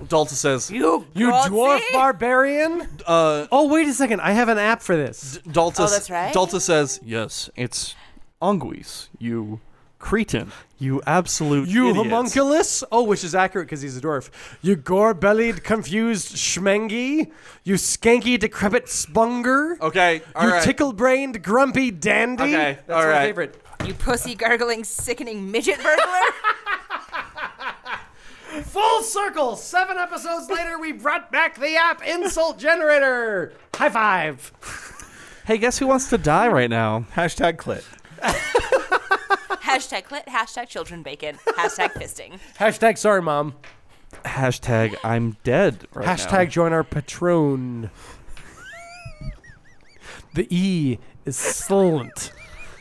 Speaker 1: Dalton says
Speaker 2: You, dwarf barbarian.
Speaker 1: uh
Speaker 2: Oh, wait a second. I have an app for this.
Speaker 1: Dalton
Speaker 4: Oh, that's right.
Speaker 1: Dalton says yes, it's Anguis, you cretin. You absolute
Speaker 2: You
Speaker 1: idiots."
Speaker 2: homunculus? Oh, which is accurate because he's a dwarf. You gore-bellied, confused schmengi. You skanky, decrepit spunger.
Speaker 1: Okay, all
Speaker 2: you
Speaker 1: right.
Speaker 2: tickle-brained, grumpy dandy.
Speaker 1: Okay,
Speaker 2: That's
Speaker 1: all
Speaker 2: my
Speaker 1: right.
Speaker 2: favorite.
Speaker 4: You pussy gargling, sickening midget burglar.
Speaker 2: Full circle. Seven episodes later, we brought back the app Insult Generator. High five.
Speaker 1: Hey, guess who wants to die right now?
Speaker 5: Hashtag clit.
Speaker 4: hashtag clit. Hashtag children bacon. Hashtag fisting.
Speaker 2: Hashtag sorry, mom.
Speaker 1: Hashtag I'm dead right
Speaker 2: Hashtag join our patron. the E is silent.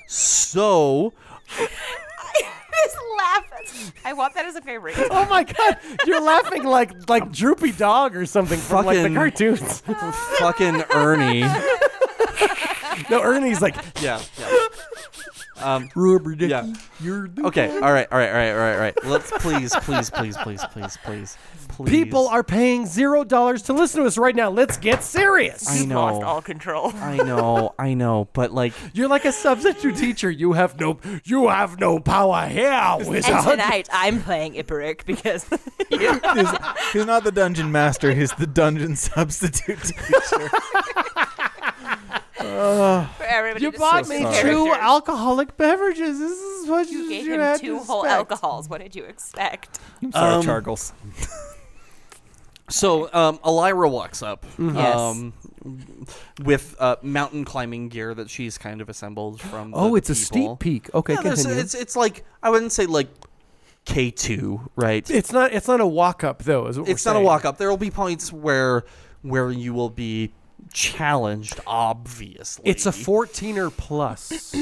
Speaker 1: So
Speaker 4: this laugh. I want that as a favorite.
Speaker 2: Oh my god, you're laughing like like droopy dog or something from like the
Speaker 1: Fucking-
Speaker 2: cartoons.
Speaker 1: fucking Ernie.
Speaker 2: no, Ernie's like
Speaker 1: yeah. yeah. Um, Rubber dicky. Yeah. You're okay. All right. All right. All right. All right. All right. Let's please, please, please, please, please, please, please.
Speaker 2: people are paying zero dollars to listen to us right now. Let's get serious.
Speaker 1: I
Speaker 4: Lost
Speaker 1: know.
Speaker 4: all control.
Speaker 1: I know. I know. But like,
Speaker 2: You're like a substitute teacher. You have no you have no power here, wizard.
Speaker 4: And tonight I'm playing Iperic because
Speaker 5: He's, he's not the dungeon master. He's the dungeon substitute teacher.
Speaker 4: for everybody
Speaker 2: you
Speaker 4: to
Speaker 2: bought
Speaker 4: switch
Speaker 2: me
Speaker 4: characters.
Speaker 2: two alcoholic beverages. This is what you,
Speaker 4: You gave
Speaker 2: had
Speaker 4: him two
Speaker 2: to
Speaker 4: whole
Speaker 2: expect.
Speaker 4: alcohols. What did you expect?
Speaker 5: I'm sorry,
Speaker 1: Um,
Speaker 5: Chargles.
Speaker 1: so um, Elira walks up.
Speaker 4: Yes.
Speaker 1: Um, with uh, mountain climbing gear that she's kind of assembled from. the
Speaker 2: Oh, it's a
Speaker 1: people.
Speaker 2: steep peak. Okay,
Speaker 1: Yeah, there's-
Speaker 2: continue.
Speaker 1: it's it's like I wouldn't say like K two, right?
Speaker 2: It's not it's not a walk up though. Is what
Speaker 1: it's
Speaker 2: we're
Speaker 1: not a
Speaker 2: saying.
Speaker 1: walk up. There will be points where where you will be challenged. Obviously,
Speaker 2: It's a fourteener plus.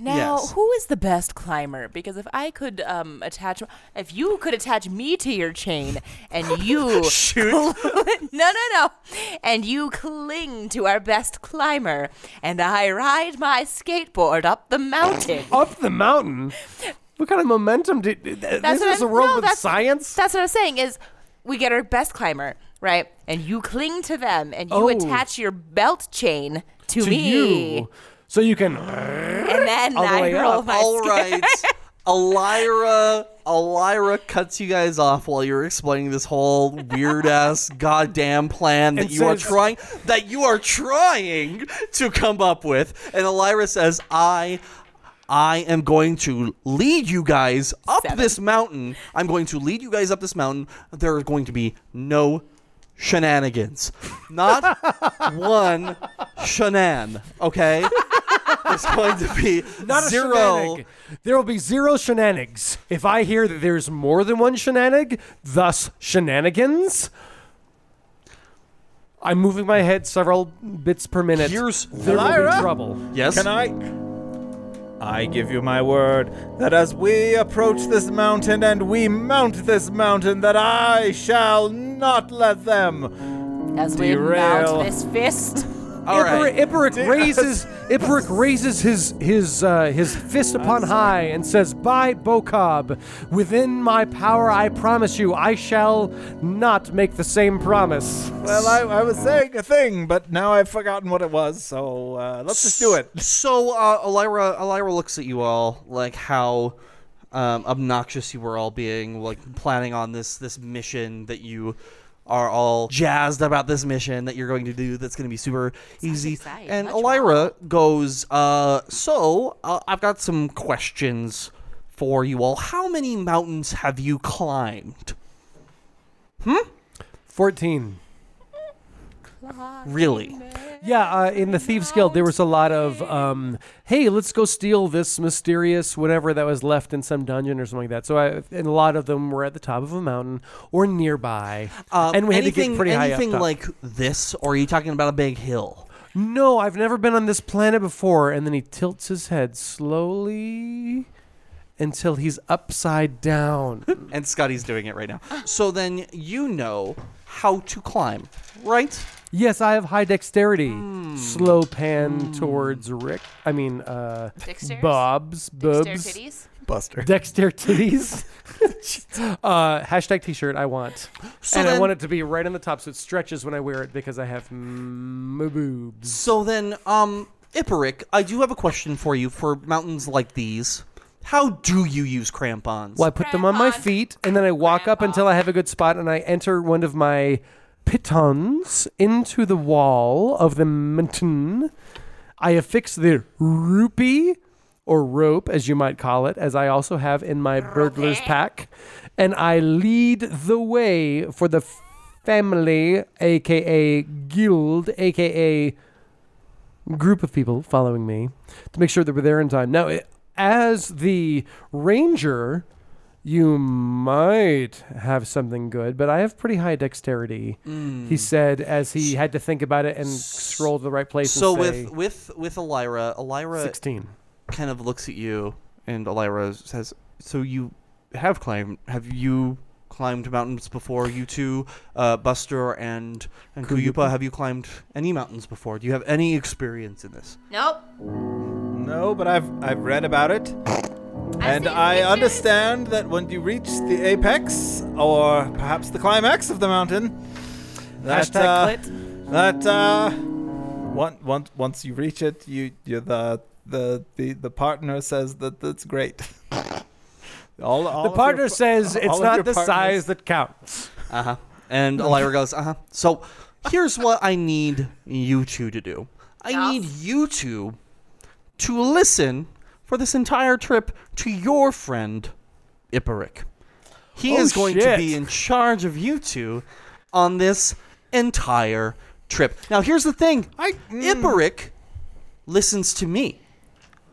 Speaker 4: Now,
Speaker 1: Yes.
Speaker 4: who is the best climber? Because if I could um, attach, if you could attach me to your chain and you shoot, no, no, no, and you cling to our best climber, and I ride my skateboard up the mountain.
Speaker 2: up the mountain. What kind of momentum did
Speaker 4: That's
Speaker 2: this
Speaker 4: what
Speaker 2: is a
Speaker 4: I'm-
Speaker 2: world
Speaker 4: no,
Speaker 2: with
Speaker 4: that's-
Speaker 2: science?
Speaker 4: That's what I'm saying. Is we get our best climber right, and you cling to them, and you
Speaker 2: Oh.
Speaker 4: attach your belt chain to,
Speaker 2: to
Speaker 4: me,
Speaker 2: you. So you can
Speaker 4: and then
Speaker 2: All the
Speaker 4: I
Speaker 2: way
Speaker 4: roll
Speaker 2: up.
Speaker 4: my
Speaker 1: All
Speaker 4: skate-
Speaker 1: right, Elira. Elira cuts you guys off while you're explaining this whole weird ass goddamn plan that
Speaker 2: And
Speaker 1: you are
Speaker 2: says-
Speaker 1: trying that you are trying to come up with, and Elira says, "I." I am going to lead you guys up
Speaker 4: Seven.
Speaker 1: this mountain. I'm going to lead you guys up this mountain. There are going to be no shenanigans. Not one shenan, okay? There's going to be
Speaker 2: not a
Speaker 1: zero.
Speaker 2: shenanig. There will be zero shenanigans. If I hear that there's more than one shenanig, thus shenanigans. I'm moving my head several bits per minute.
Speaker 1: Here's-
Speaker 2: there will be
Speaker 5: Lyra?
Speaker 2: trouble.
Speaker 1: Yes.
Speaker 5: Can I? I give you my word that as we approach this mountain and we mount this mountain, that I shall not let them
Speaker 4: as we
Speaker 5: Derail.
Speaker 4: mount this fist.
Speaker 2: All right. Iperic raises Iperic raises his his uh, his fist upon high and says, "By Bokob, within my power, I promise you, I shall not make the same promise."
Speaker 3: Well, I, I was saying a thing, but now I've forgotten what it was. So uh, let's just do it.
Speaker 1: So uh, Elira, Elira looks at you all like how um, obnoxious you were all being, like planning on this this mission that you are all jazzed about this mission that you're going to do. That's going to be super easy.
Speaker 4: exciting.
Speaker 1: And
Speaker 4: Much
Speaker 1: Elira goes, uh, so uh, I've got some questions for you all. How many mountains have you climbed?
Speaker 2: Fourteen.
Speaker 1: Really?
Speaker 2: Yeah, uh, in the Thieves Guild, there was a lot of, um, hey, let's go steal this mysterious whatever that was left in some dungeon or something like that. So, I, and a lot of them were at the top of a mountain or nearby,
Speaker 1: Um,
Speaker 2: and we had
Speaker 1: anything,
Speaker 2: to get pretty high up.
Speaker 1: anything
Speaker 2: top.
Speaker 1: like this, or are you talking about a big hill?
Speaker 2: no, I've never been on this planet before. And then he tilts his head slowly until he's upside down.
Speaker 1: And Scotty's doing it right now. So then you know how to climb, right?
Speaker 2: yes, I have high dexterity. Slow pan towards Rick. I mean, uh,
Speaker 4: Dexterous?
Speaker 2: Bob's,
Speaker 4: Dexter
Speaker 2: Boobs.
Speaker 4: titties.
Speaker 3: Buster.
Speaker 2: Dexter titties. uh, hashtag t-shirt I want,
Speaker 1: So
Speaker 2: and I
Speaker 1: then-
Speaker 2: want it to be right on the top so it stretches when I wear it because I have m- boobs.
Speaker 1: So then, um, Iperic, I do have a question for you for mountains like these. How do you use crampons?
Speaker 2: Well, I put them on my
Speaker 4: Crampon.
Speaker 2: feet, and then I walk up until I have a good spot, and I enter one of my pitons into the wall of the mountain. I affix the rupee or rope, as you might call it, as I also have in my burglar's pack, and I lead the way for the family, aka guild, aka group of people following me to make sure that we're there in time. Now, it, as the ranger, you might have something good, but I have pretty high dexterity.
Speaker 5: Hmm.
Speaker 2: He said as he had to think about it and scroll to the right place.
Speaker 1: so
Speaker 2: and say,
Speaker 1: with with with Elira, Elira
Speaker 2: sixteen,
Speaker 1: kind of looks at you, and Elira says, "So you have climbed? Have you climbed mountains before? You two, uh, Buster and and Kuyupa, have you climbed any mountains before? Do you have any experience in this?
Speaker 9: Nope.
Speaker 5: No, but I've I've read about it, and
Speaker 9: seen
Speaker 5: I
Speaker 9: pictures.
Speaker 5: understand that when you reach the apex or perhaps the climax of the mountain, that
Speaker 2: Hashtag
Speaker 5: uh, that uh, once once once you reach it, you you the the the, the partner says that that's great. all, all
Speaker 2: the
Speaker 5: of your
Speaker 2: partner
Speaker 5: pa-
Speaker 2: says
Speaker 5: all
Speaker 2: it's
Speaker 5: of
Speaker 2: not
Speaker 5: your
Speaker 2: the
Speaker 5: partners-
Speaker 2: size that counts.
Speaker 1: Uh huh. And
Speaker 2: Hmm.
Speaker 1: Elira goes, uh huh. So here's what I need you two to do. I need you two to listen for this entire trip to your friend, Iperic. He
Speaker 2: Oh,
Speaker 1: is going to
Speaker 2: shit.
Speaker 1: be in charge of you two on this entire trip. Now, here's the thing I,
Speaker 2: mm.
Speaker 1: Iperic listens to me.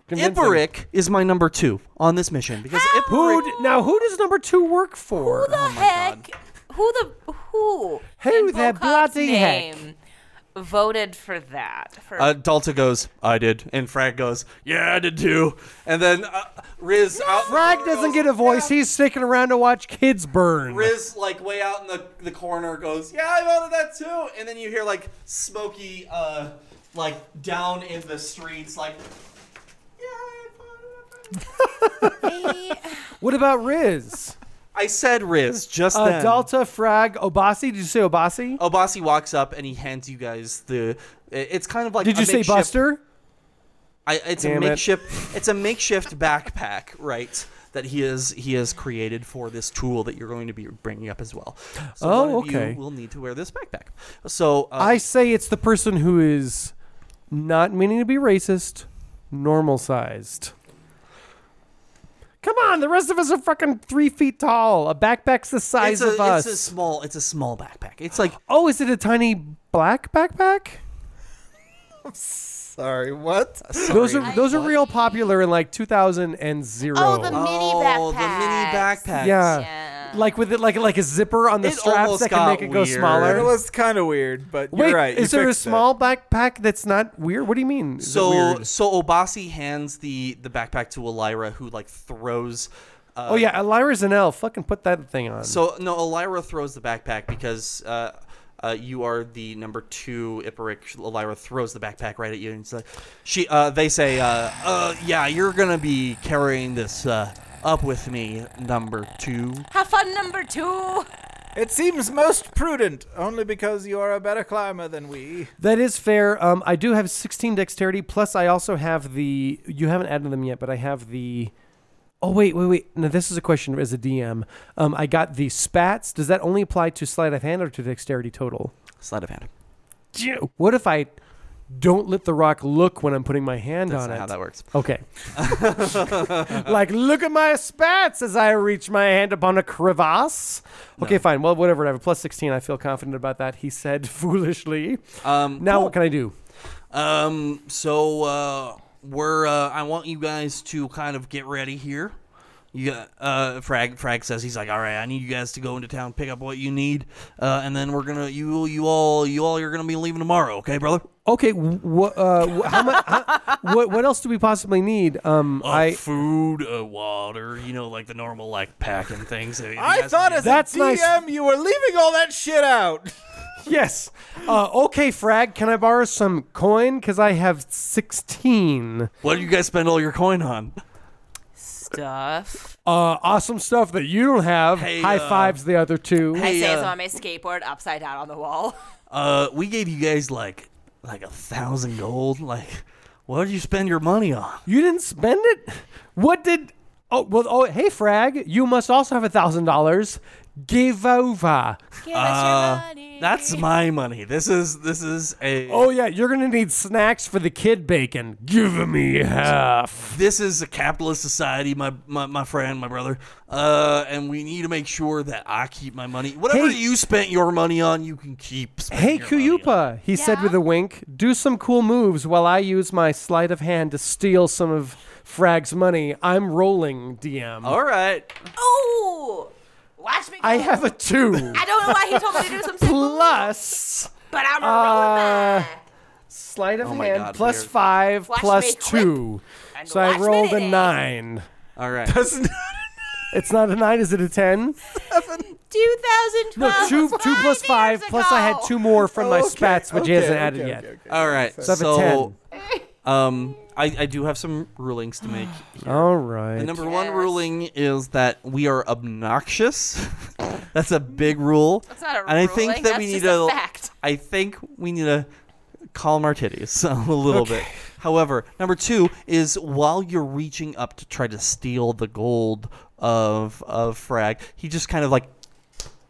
Speaker 2: Convince him.
Speaker 1: Iperic is my number two on this mission because
Speaker 2: Who
Speaker 1: Iperic.
Speaker 2: d- now? Who does number two work for?
Speaker 4: Who the heck? Who the who?
Speaker 2: Oh Who
Speaker 4: in
Speaker 2: the
Speaker 4: Volkov's
Speaker 2: bloody heck?
Speaker 4: name Voted for that. For
Speaker 1: Uh, Dalta goes, I did. And Frag goes, Yeah, I did too. And then uh, Riz out.
Speaker 2: Frag doesn't get a voice. He's sticking around to watch kids burn.
Speaker 1: Riz, like, way out in the, the corner goes, Yeah, I voted that too. And then you hear, like, Smokey, uh, like, down in the streets, like, Yeah, I voted that."
Speaker 2: What about Riz?
Speaker 1: I said Riz just
Speaker 2: Uh,
Speaker 1: then.
Speaker 2: Delta, Frag, Obasi. Did you say Obasi?
Speaker 1: Obasi walks up and he hands you guys the. it- It's kind of like.
Speaker 2: Did
Speaker 1: a
Speaker 2: you say
Speaker 1: makeshift-
Speaker 2: Buster?
Speaker 1: I, it's
Speaker 2: Damn
Speaker 1: a
Speaker 2: it.
Speaker 1: makeshift. It's a makeshift backpack, right? That he is he has created for this tool that you're going to be bringing up as well. So
Speaker 2: Oh,
Speaker 1: one of
Speaker 2: okay.
Speaker 1: You will need to wear this backpack. So uh,
Speaker 2: I say it's the person who is not meaning to be racist, normal sized. Come on, the rest of us are fucking three feet tall. A backpack's the
Speaker 1: it's
Speaker 2: size
Speaker 1: a,
Speaker 2: of us.
Speaker 1: It's a small. It's a small backpack. It's like
Speaker 2: oh, is it a tiny black backpack?
Speaker 5: Sorry, what?
Speaker 2: Those are those are real popular in like 2000
Speaker 4: oh, the mini
Speaker 1: oh, the mini
Speaker 4: backpack.
Speaker 1: backpack.
Speaker 2: yeah.
Speaker 4: Yeah.
Speaker 2: like with it like like a zipper on the
Speaker 1: It
Speaker 2: straps
Speaker 1: almost
Speaker 2: that can
Speaker 1: got
Speaker 2: make it go
Speaker 1: weird.
Speaker 2: smaller.
Speaker 5: It was kind of weird, but you're
Speaker 2: Wait,
Speaker 5: right. you
Speaker 2: is there a
Speaker 5: fixed it.
Speaker 2: small backpack that's not weird? What do you mean? is it
Speaker 1: So
Speaker 2: weird?
Speaker 1: so Obasi hands the the backpack to Elira, who like throws. Uh,
Speaker 2: oh yeah, Elira's an elf. Fucking put that thing on.
Speaker 1: So no, Elira throws the backpack because uh, Uh, you are the number two Iperic. Elira throws the backpack right at you, and it's like, she. Uh, they say, uh, uh, "Yeah, you're gonna be carrying this uh, up with me, number two.
Speaker 4: Have fun, number two.
Speaker 5: It seems most prudent, only because you are a better climber than we.
Speaker 2: That is fair. Um, I do have 16 dexterity, plus I also have the. You haven't added them yet, but I have the. Oh wait, wait, wait. No, this is a question as a DM. Um, I got the spats. Does that only apply to sleight of hand or to dexterity total?
Speaker 1: Sleight of hand.
Speaker 2: Phew. What if I don't let the rock look when I'm putting my hand
Speaker 1: That's
Speaker 2: on
Speaker 1: not
Speaker 2: it?
Speaker 1: how that works.
Speaker 2: Okay. like, look at my spats as I reach my hand upon a crevasse. Okay, fine. Well, whatever. I have a plus 16. I feel confident about that. He said foolishly.
Speaker 1: Um,
Speaker 2: now,
Speaker 1: cool.
Speaker 2: what can I do?
Speaker 1: Um, so uh, we're uh, I want you guys to kind of get ready here. You got uh, Frag. Frag says he's like, all right, I need you guys to go into town, pick up what you need, uh, and then we're gonna you you all you all you're gonna be leaving tomorrow, okay, brother?
Speaker 2: Okay, what uh, wh- how much? what what else do we possibly need? Um,
Speaker 1: Uh,
Speaker 2: I
Speaker 1: food, uh, water, you know, like the normal like packing things. that you
Speaker 5: I
Speaker 1: guys
Speaker 5: thought
Speaker 1: need.
Speaker 5: as
Speaker 2: That's
Speaker 5: a DM
Speaker 2: nice.
Speaker 5: you were leaving all that shit out.
Speaker 2: yes. Uh, okay, Frag, can I borrow some coin? Cause I have sixteen.
Speaker 1: what do you guys spend all your coin on?
Speaker 4: Stuff.
Speaker 2: Uh, awesome stuff that you don't have.
Speaker 1: Hey,
Speaker 2: High
Speaker 1: uh,
Speaker 2: fives the other two.
Speaker 4: I
Speaker 1: Hey,
Speaker 4: say
Speaker 1: uh,
Speaker 4: it's on my skateboard upside down on the wall.
Speaker 1: Uh, we gave you guys like like a thousand gold. Like, what did you spend your money on?
Speaker 2: You didn't spend it? What did? Oh well. Oh hey, Frag, you must also have a thousand dollars. Give over.
Speaker 4: Give
Speaker 2: Uh,
Speaker 4: us your money.
Speaker 1: That's my money. This is this is a
Speaker 2: Oh yeah, you're gonna need snacks for the kid bacon. Give me half.
Speaker 1: this is a capitalist society, my my, my friend, my brother. Uh, and we need to make sure that I keep my money. Whatever
Speaker 2: Hey.
Speaker 1: you spent your money on, you can keep. spending
Speaker 2: Hey,
Speaker 1: your money on.
Speaker 2: Kuyupa, he said with a wink, do some cool moves while I use my sleight of hand to steal some of Frag's money. I'm rolling, DM.
Speaker 1: All right.
Speaker 4: Ooh, Oh, watch me. Go.
Speaker 2: I have a two
Speaker 4: I don't know why he told me to do some simple,
Speaker 2: plus
Speaker 4: but I'm rolling
Speaker 2: Uh,
Speaker 4: back.
Speaker 2: sleight of
Speaker 1: Oh my
Speaker 2: hand
Speaker 1: God,
Speaker 2: plus
Speaker 1: weird.
Speaker 2: five
Speaker 4: Watch me
Speaker 2: plus
Speaker 4: clip
Speaker 2: two.
Speaker 4: and
Speaker 2: So I
Speaker 4: watch me
Speaker 2: rolled a
Speaker 4: do it.
Speaker 2: nine.
Speaker 1: All right.
Speaker 2: It's not a nine, is it a ten?
Speaker 4: 2012.
Speaker 2: No, two two plus five plus I had two more from my spats, which he hasn't added yet.
Speaker 1: All right.
Speaker 2: So I have a
Speaker 1: So, um, I I do have some rulings to make.
Speaker 2: All right.
Speaker 1: The number one ruling is that we are obnoxious. That's a big rule. That's
Speaker 4: not a
Speaker 1: And I think
Speaker 4: ruling,
Speaker 1: that we
Speaker 4: that's
Speaker 1: need
Speaker 4: just a
Speaker 1: to.
Speaker 4: fact.
Speaker 1: I think we need to calm our titties a little bit. However, number two is while you're reaching up to try to steal the gold of of Frag, he just kind of like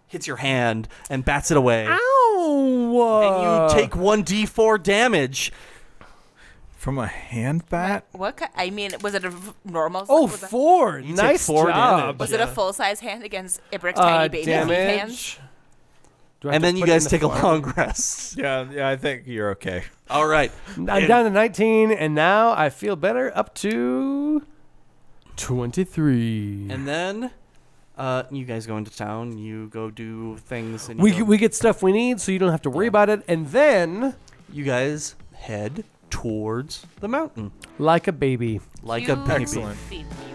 Speaker 1: hits your hand and bats it away,
Speaker 2: Ow!
Speaker 1: and you take one d4 damage.
Speaker 3: From a hand bat?
Speaker 4: What? ki- I mean, was it a v- normal?
Speaker 2: Oh,
Speaker 4: was, it-
Speaker 2: four.
Speaker 1: take
Speaker 2: Nice
Speaker 1: four
Speaker 2: job.
Speaker 1: damage.
Speaker 4: was it a full size hand against Ibric's
Speaker 2: Uh,
Speaker 4: tiny baby hands?
Speaker 2: Do I have
Speaker 1: And
Speaker 2: to
Speaker 1: then you
Speaker 2: put it in
Speaker 1: guys
Speaker 2: the
Speaker 1: take a
Speaker 2: file?
Speaker 1: long rest.
Speaker 3: Yeah, yeah, I think you're okay.
Speaker 1: All right.
Speaker 2: I'm down to 19, and now I feel better. Up to 23.
Speaker 1: And then uh, you guys go into town. You go do things, and you,
Speaker 2: we
Speaker 1: go-
Speaker 2: g- we get stuff we need, so you don't have to worry about it. And then,
Speaker 1: you guys head towards the mountain
Speaker 2: like a baby,
Speaker 1: like a
Speaker 4: You
Speaker 1: baby.
Speaker 3: Excellent.
Speaker 4: feed me